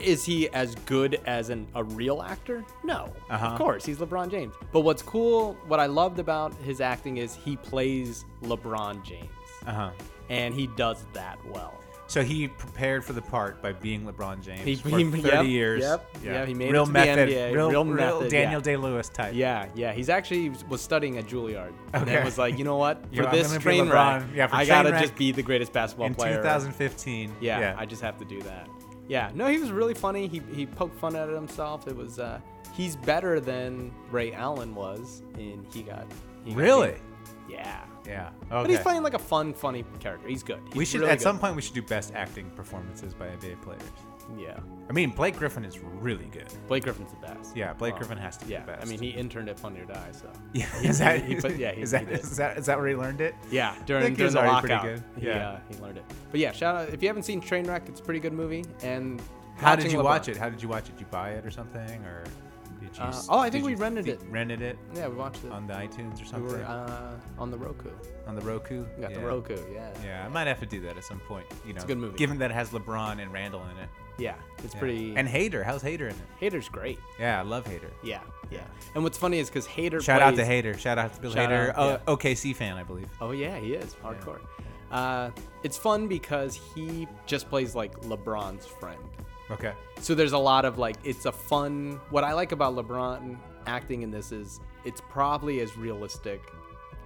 [SPEAKER 8] is he as good as an, a real actor? No.
[SPEAKER 7] Uh-huh.
[SPEAKER 8] Of course, he's LeBron James. But what's cool, what I loved about his acting is he plays LeBron James,
[SPEAKER 7] Uh
[SPEAKER 8] Uh-huh.
[SPEAKER 7] huh.
[SPEAKER 8] and he does that well.
[SPEAKER 7] So he prepared for the part by being LeBron James
[SPEAKER 8] He-
[SPEAKER 7] for
[SPEAKER 8] he-
[SPEAKER 7] 30
[SPEAKER 8] yep,
[SPEAKER 7] years.
[SPEAKER 8] yep, yeah, he made it
[SPEAKER 7] real
[SPEAKER 8] to the
[SPEAKER 7] method,
[SPEAKER 8] NBA,
[SPEAKER 7] Real,
[SPEAKER 8] real method,
[SPEAKER 7] Daniel
[SPEAKER 8] yeah.
[SPEAKER 7] Day Lewis type.
[SPEAKER 8] Yeah, yeah. He's actually was studying at Juilliard, and
[SPEAKER 7] Okay.
[SPEAKER 8] then was like, you know what? For
[SPEAKER 7] You're like, I'm
[SPEAKER 8] this
[SPEAKER 7] gonna be
[SPEAKER 8] train
[SPEAKER 7] LeBron.
[SPEAKER 8] wreck,
[SPEAKER 7] Yeah, for
[SPEAKER 8] I
[SPEAKER 7] train
[SPEAKER 8] gotta
[SPEAKER 7] wreck
[SPEAKER 8] just be the greatest basketball
[SPEAKER 7] In
[SPEAKER 8] player.
[SPEAKER 7] 2015.
[SPEAKER 8] yeah, I just have to do that. Yeah, no, he was really funny. He he poked fun at himself. It was uh, he's better than Ray Allen was, and he got he got
[SPEAKER 7] really.
[SPEAKER 8] beat. yeah.
[SPEAKER 7] Yeah. Okay.
[SPEAKER 8] But he's playing like a fun, funny character. He's good. He's
[SPEAKER 7] we should
[SPEAKER 8] really
[SPEAKER 7] at
[SPEAKER 8] good.
[SPEAKER 7] some point we should do best acting performances by NBA players.
[SPEAKER 8] Yeah,
[SPEAKER 7] I mean, Blake Griffin is really good.
[SPEAKER 8] Blake Griffin's the best.
[SPEAKER 7] Yeah, Blake
[SPEAKER 8] Um,
[SPEAKER 7] Griffin has to be
[SPEAKER 8] yeah,
[SPEAKER 7] the best.
[SPEAKER 8] I mean he interned at Fun or Die, so
[SPEAKER 7] yeah, is that,
[SPEAKER 8] he put- yeah, he-
[SPEAKER 7] is, that,
[SPEAKER 8] he did.
[SPEAKER 7] is that is that where he learned it?
[SPEAKER 8] yeah during,
[SPEAKER 7] think he
[SPEAKER 8] during
[SPEAKER 7] was
[SPEAKER 8] the
[SPEAKER 7] already pretty
[SPEAKER 8] lockout,
[SPEAKER 7] good.
[SPEAKER 8] he,
[SPEAKER 7] Yeah.
[SPEAKER 8] uh, he learned it. But yeah, shout out if you haven't seen Trainwreck, it's a pretty good movie. And
[SPEAKER 7] How
[SPEAKER 8] watching
[SPEAKER 7] did you
[SPEAKER 8] LeBron-
[SPEAKER 7] watch it? How did you watch it? Did you buy it or something, or did you?
[SPEAKER 8] Uh,
[SPEAKER 7] s-
[SPEAKER 8] oh, I
[SPEAKER 7] did
[SPEAKER 8] think
[SPEAKER 7] you
[SPEAKER 8] we rented
[SPEAKER 7] th-
[SPEAKER 8] it.
[SPEAKER 7] Rented it
[SPEAKER 8] Yeah, we watched it.
[SPEAKER 7] on the iTunes or
[SPEAKER 8] we
[SPEAKER 7] something
[SPEAKER 8] were uh, on the Roku.
[SPEAKER 7] on the Roku.
[SPEAKER 8] We got
[SPEAKER 7] Yeah.
[SPEAKER 8] the Roku. Yeah.
[SPEAKER 7] Yeah, I might have to do that at some point. You know,
[SPEAKER 8] a good movie.
[SPEAKER 7] Given that it has LeBron and Randall in it.
[SPEAKER 8] Yeah, it's
[SPEAKER 7] Yeah.
[SPEAKER 8] pretty.
[SPEAKER 7] And Hader, how's Hader in it?
[SPEAKER 8] Hater's great.
[SPEAKER 7] Yeah, I love Hader.
[SPEAKER 8] Yeah, yeah. And what's funny is because Hater
[SPEAKER 7] Shout out to
[SPEAKER 8] plays-
[SPEAKER 7] Hader. Shout out to Bill
[SPEAKER 8] Shout
[SPEAKER 7] Hader.
[SPEAKER 8] out, yeah.
[SPEAKER 7] Oh, OKC fan, I believe.
[SPEAKER 8] Oh yeah, he is hardcore. Uh, it's fun because he just plays like LeBron's friend.
[SPEAKER 7] Okay.
[SPEAKER 8] So there's a lot of like it's a fun. What I like about LeBron acting in this is it's probably as realistic.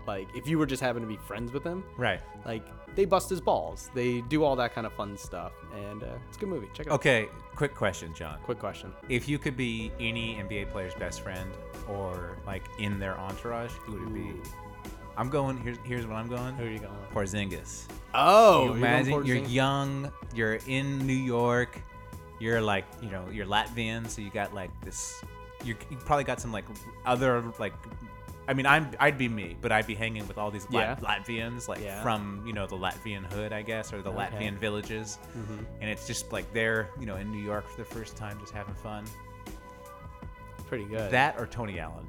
[SPEAKER 8] Like if you were just having to be friends with him,
[SPEAKER 7] Right.
[SPEAKER 8] like they bust his balls, they do all that kind of fun stuff, and uh, it's a good movie. Check it out.
[SPEAKER 7] Okay. Quick question, John.
[SPEAKER 8] Quick question.
[SPEAKER 7] If you could be any NBA player's best friend or like in their entourage, who would it be? I'm going. Here's here's what I'm going.
[SPEAKER 8] Who are you going? with?
[SPEAKER 7] Porzingis. you
[SPEAKER 8] Oh, you're going
[SPEAKER 7] imagine you're
[SPEAKER 8] Porzingis?
[SPEAKER 7] young, you're in New York, you're like you know you're Latvian, so you got like this. You you probably got some like other like. I mean, I'm I'd be me, but I'd be hanging with all these
[SPEAKER 8] Yeah.
[SPEAKER 7] Lat- Latvians, like
[SPEAKER 8] Yeah.
[SPEAKER 7] from you know the Latvian hood, I guess, or the Latvian villages,
[SPEAKER 8] Mm-hmm.
[SPEAKER 7] and it's just like they're you know in New York for the first time, just having fun.
[SPEAKER 8] Pretty good.
[SPEAKER 7] That or Tony Allen.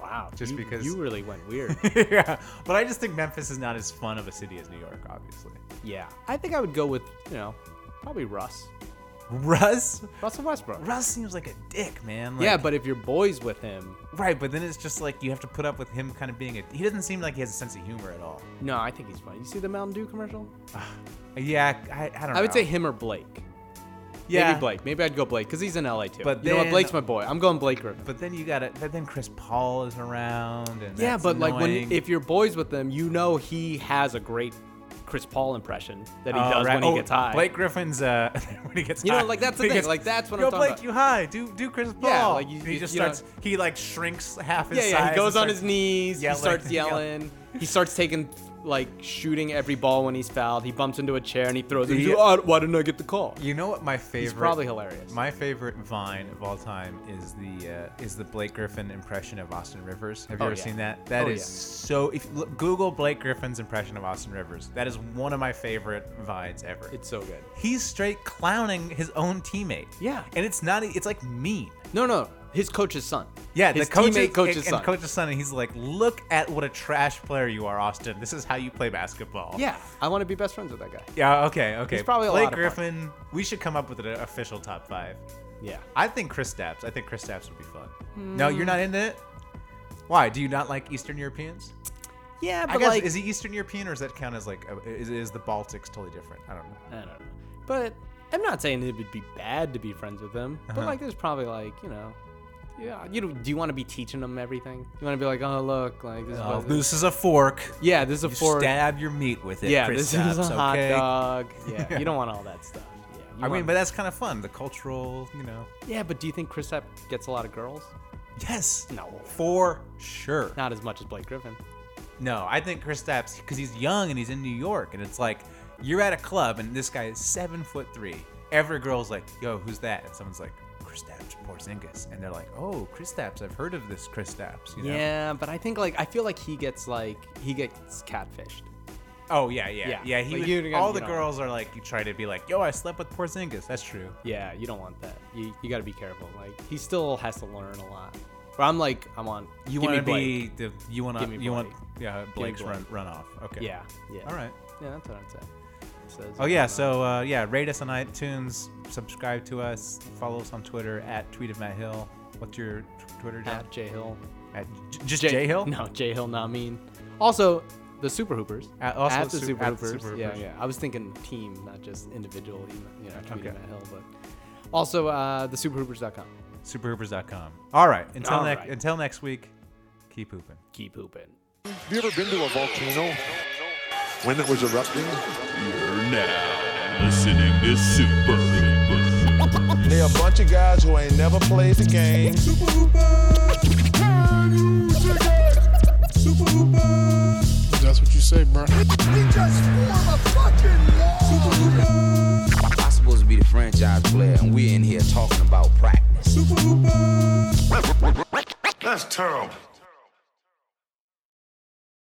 [SPEAKER 8] wow.
[SPEAKER 7] just
[SPEAKER 8] you-
[SPEAKER 7] because-
[SPEAKER 8] you really went weird.
[SPEAKER 7] yeah, but I just think Memphis is not as fun of a city as New York, obviously.
[SPEAKER 8] yeah, I think I would go with you know probably Russ,
[SPEAKER 7] Russ,
[SPEAKER 8] Russell Westbrook.
[SPEAKER 7] Russ seems like a dick, man. Like,
[SPEAKER 8] yeah, but if your boy's with him,
[SPEAKER 7] Right, but then it's just like you have to put up with him kind of being a. He doesn't seem like he has a sense of humor at all.
[SPEAKER 8] no, I think he's fine. You see the Mountain Dew commercial?
[SPEAKER 7] Yeah, I, I don't know.
[SPEAKER 8] I would say him or Blake.
[SPEAKER 7] yeah,
[SPEAKER 8] Maybe Blake. Maybe I'd go Blake because he's in LA too.
[SPEAKER 7] But
[SPEAKER 8] you know what?
[SPEAKER 7] then-
[SPEAKER 8] Blake's my boy. I'm going Blake Griffin.
[SPEAKER 7] But then you got to But then Chris Paul is around, and
[SPEAKER 8] yeah,
[SPEAKER 7] that's
[SPEAKER 8] but like
[SPEAKER 7] annoying.
[SPEAKER 8] when if your boy's with him, you know he has a great Chris Paul impression that he
[SPEAKER 7] Oh,
[SPEAKER 8] does
[SPEAKER 7] right.
[SPEAKER 8] when he
[SPEAKER 7] Oh,
[SPEAKER 8] gets high.
[SPEAKER 7] Blake Griffin's uh, when he gets
[SPEAKER 8] You know,
[SPEAKER 7] high.
[SPEAKER 8] like, that's the
[SPEAKER 7] He
[SPEAKER 8] thing,
[SPEAKER 7] gets,
[SPEAKER 8] like, that's what
[SPEAKER 7] Yo,
[SPEAKER 8] I'm talking
[SPEAKER 7] Blake,
[SPEAKER 8] about.
[SPEAKER 7] you high? Do do Chris Paul?
[SPEAKER 8] Yeah, like, you-
[SPEAKER 7] And he
[SPEAKER 8] you-
[SPEAKER 7] just
[SPEAKER 8] you know-
[SPEAKER 7] starts. he like shrinks half his
[SPEAKER 8] yeah,
[SPEAKER 7] size.
[SPEAKER 8] yeah. He
[SPEAKER 7] and
[SPEAKER 8] goes on
[SPEAKER 7] starts-
[SPEAKER 8] his knees.
[SPEAKER 7] yelling.
[SPEAKER 8] he starts
[SPEAKER 7] Yeah.
[SPEAKER 8] yelling. He starts taking like shooting every ball when he's fouled. He bumps into a chair and he throws it.
[SPEAKER 7] He-
[SPEAKER 8] He's like, "Oh, why didn't I get the call?
[SPEAKER 7] You know what my favorite?
[SPEAKER 8] probably hilarious.
[SPEAKER 7] My favorite Vine of all time is the uh, is the Blake Griffin impression of Austin Rivers. Have you
[SPEAKER 8] Oh,
[SPEAKER 7] ever
[SPEAKER 8] yeah.
[SPEAKER 7] seen that? That is so.
[SPEAKER 8] Oh, yeah.
[SPEAKER 7] If look, Google Blake Griffin's impression of Austin Rivers, that is one of my favorite vines ever.
[SPEAKER 8] It's so good.
[SPEAKER 7] He's straight clowning his own teammate.
[SPEAKER 8] Yeah.
[SPEAKER 7] and it's not. e, It's like mean.
[SPEAKER 8] No, no. His coach's son.
[SPEAKER 7] Yeah,
[SPEAKER 8] his
[SPEAKER 7] the coach
[SPEAKER 8] teammate
[SPEAKER 7] is,
[SPEAKER 8] coach's
[SPEAKER 7] and,
[SPEAKER 8] son.
[SPEAKER 7] and coach's son, and he's like, "Look at what a trash player you are, Austin. This is how you play basketball."
[SPEAKER 8] yeah, I want to be best friends with that guy.
[SPEAKER 7] yeah, okay, okay.
[SPEAKER 8] He's probably a
[SPEAKER 7] Blake
[SPEAKER 8] lot of fun.
[SPEAKER 7] Griffin. We should come up with an official top five.
[SPEAKER 8] Yeah.
[SPEAKER 7] I think Chris Stapps. I think Chris Stapps would be fun. No, you're not into it. Why? Do you not like Eastern Europeans?
[SPEAKER 8] Yeah, but
[SPEAKER 7] I guess
[SPEAKER 8] like,
[SPEAKER 7] is he Eastern European or does that count as like a, is, is the Baltics totally different? I don't know.
[SPEAKER 8] I don't know. But I'm not saying it would be bad to be friends with them.
[SPEAKER 7] Uh-huh.
[SPEAKER 8] But like, there's probably like, you know, yeah. You do, do you want to be teaching them everything? You want to be like, oh look, like this. is
[SPEAKER 7] this is a fork.
[SPEAKER 8] yeah, this is a fork.
[SPEAKER 7] Stab your meat with it.
[SPEAKER 8] yeah,
[SPEAKER 7] Chris
[SPEAKER 8] this is a
[SPEAKER 7] Stapps,
[SPEAKER 8] hot
[SPEAKER 7] okay?
[SPEAKER 8] dog. Yeah, you don't want all that stuff. Yeah, you
[SPEAKER 7] I mean,
[SPEAKER 8] want-
[SPEAKER 7] but that's kind of fun. The cultural, you know.
[SPEAKER 8] yeah, but do you think Chris Epp gets a lot of girls?
[SPEAKER 7] Yes.
[SPEAKER 8] No.
[SPEAKER 7] For sure.
[SPEAKER 8] Not as much as Blake Griffin.
[SPEAKER 7] No, I think Chris Stapps because he's young and he's in New York, and it's like you're at a club and this guy is seven foot three. Every girl's like, "Yo, who's that?" And someone's like, "Chris Stapps, Porzingis," and they're like, "Oh, Chris Stapps, I've heard of this Chris Stapps." You know?
[SPEAKER 8] Yeah, but I think like I feel like he gets like he gets catfished.
[SPEAKER 7] Oh yeah, yeah, yeah.
[SPEAKER 8] Yeah.
[SPEAKER 7] he
[SPEAKER 8] Like,
[SPEAKER 7] would-
[SPEAKER 8] you- you
[SPEAKER 7] all the
[SPEAKER 8] don't-
[SPEAKER 7] girls are like, you try to be like, "Yo, I slept with Porzingis." That's true.
[SPEAKER 8] Yeah, you don't want that. You, you got to be careful. Like he still has to learn a lot. But I'm like I'm on.
[SPEAKER 7] You
[SPEAKER 8] give me
[SPEAKER 7] want to be
[SPEAKER 8] Blake.
[SPEAKER 7] the you want
[SPEAKER 8] Give me
[SPEAKER 7] to you want
[SPEAKER 8] Blake.
[SPEAKER 7] yeah Blake's
[SPEAKER 8] Blake.
[SPEAKER 7] run runoff. Okay.
[SPEAKER 8] Yeah. Yeah.
[SPEAKER 7] All right.
[SPEAKER 8] Yeah, that's what I'd say. So it's
[SPEAKER 7] Oh
[SPEAKER 8] like,
[SPEAKER 7] yeah,
[SPEAKER 8] I'm not-
[SPEAKER 7] so uh, yeah, rate us on iTunes, subscribe to us, follow us on Twitter at tweet of Matt Hill. What's your t- Twitter? John?
[SPEAKER 8] at J Hill.
[SPEAKER 7] At j- just J, Hill.
[SPEAKER 8] No, J Hill. Not mean. Also, the Super Hoopers.
[SPEAKER 7] At- also
[SPEAKER 8] at the
[SPEAKER 7] Sup-
[SPEAKER 8] Super,
[SPEAKER 7] at the
[SPEAKER 8] Hoopers.
[SPEAKER 7] Super
[SPEAKER 8] Yeah,
[SPEAKER 7] Hoopers.
[SPEAKER 8] yeah. I was thinking team, not just individual. You know, tweeting
[SPEAKER 7] Okay.
[SPEAKER 8] Matt Hill, but also uh, the SuperHoopers.com.
[SPEAKER 7] Superhoopers.com. All right. Until
[SPEAKER 8] All
[SPEAKER 7] next
[SPEAKER 8] right.
[SPEAKER 7] until next week, keep hooping.
[SPEAKER 8] Keep hooping.
[SPEAKER 2] Have you ever been to a volcano when it was erupting?
[SPEAKER 3] You're now listening to Super Hoopers.
[SPEAKER 4] They a bunch of guys who ain't never played the game.
[SPEAKER 3] Super Hoopers! Super Hoopers!
[SPEAKER 9] That's what you say, bro.
[SPEAKER 6] I'm supposed to be the franchise player, and we're in here talking about practice.
[SPEAKER 5] That's terrible.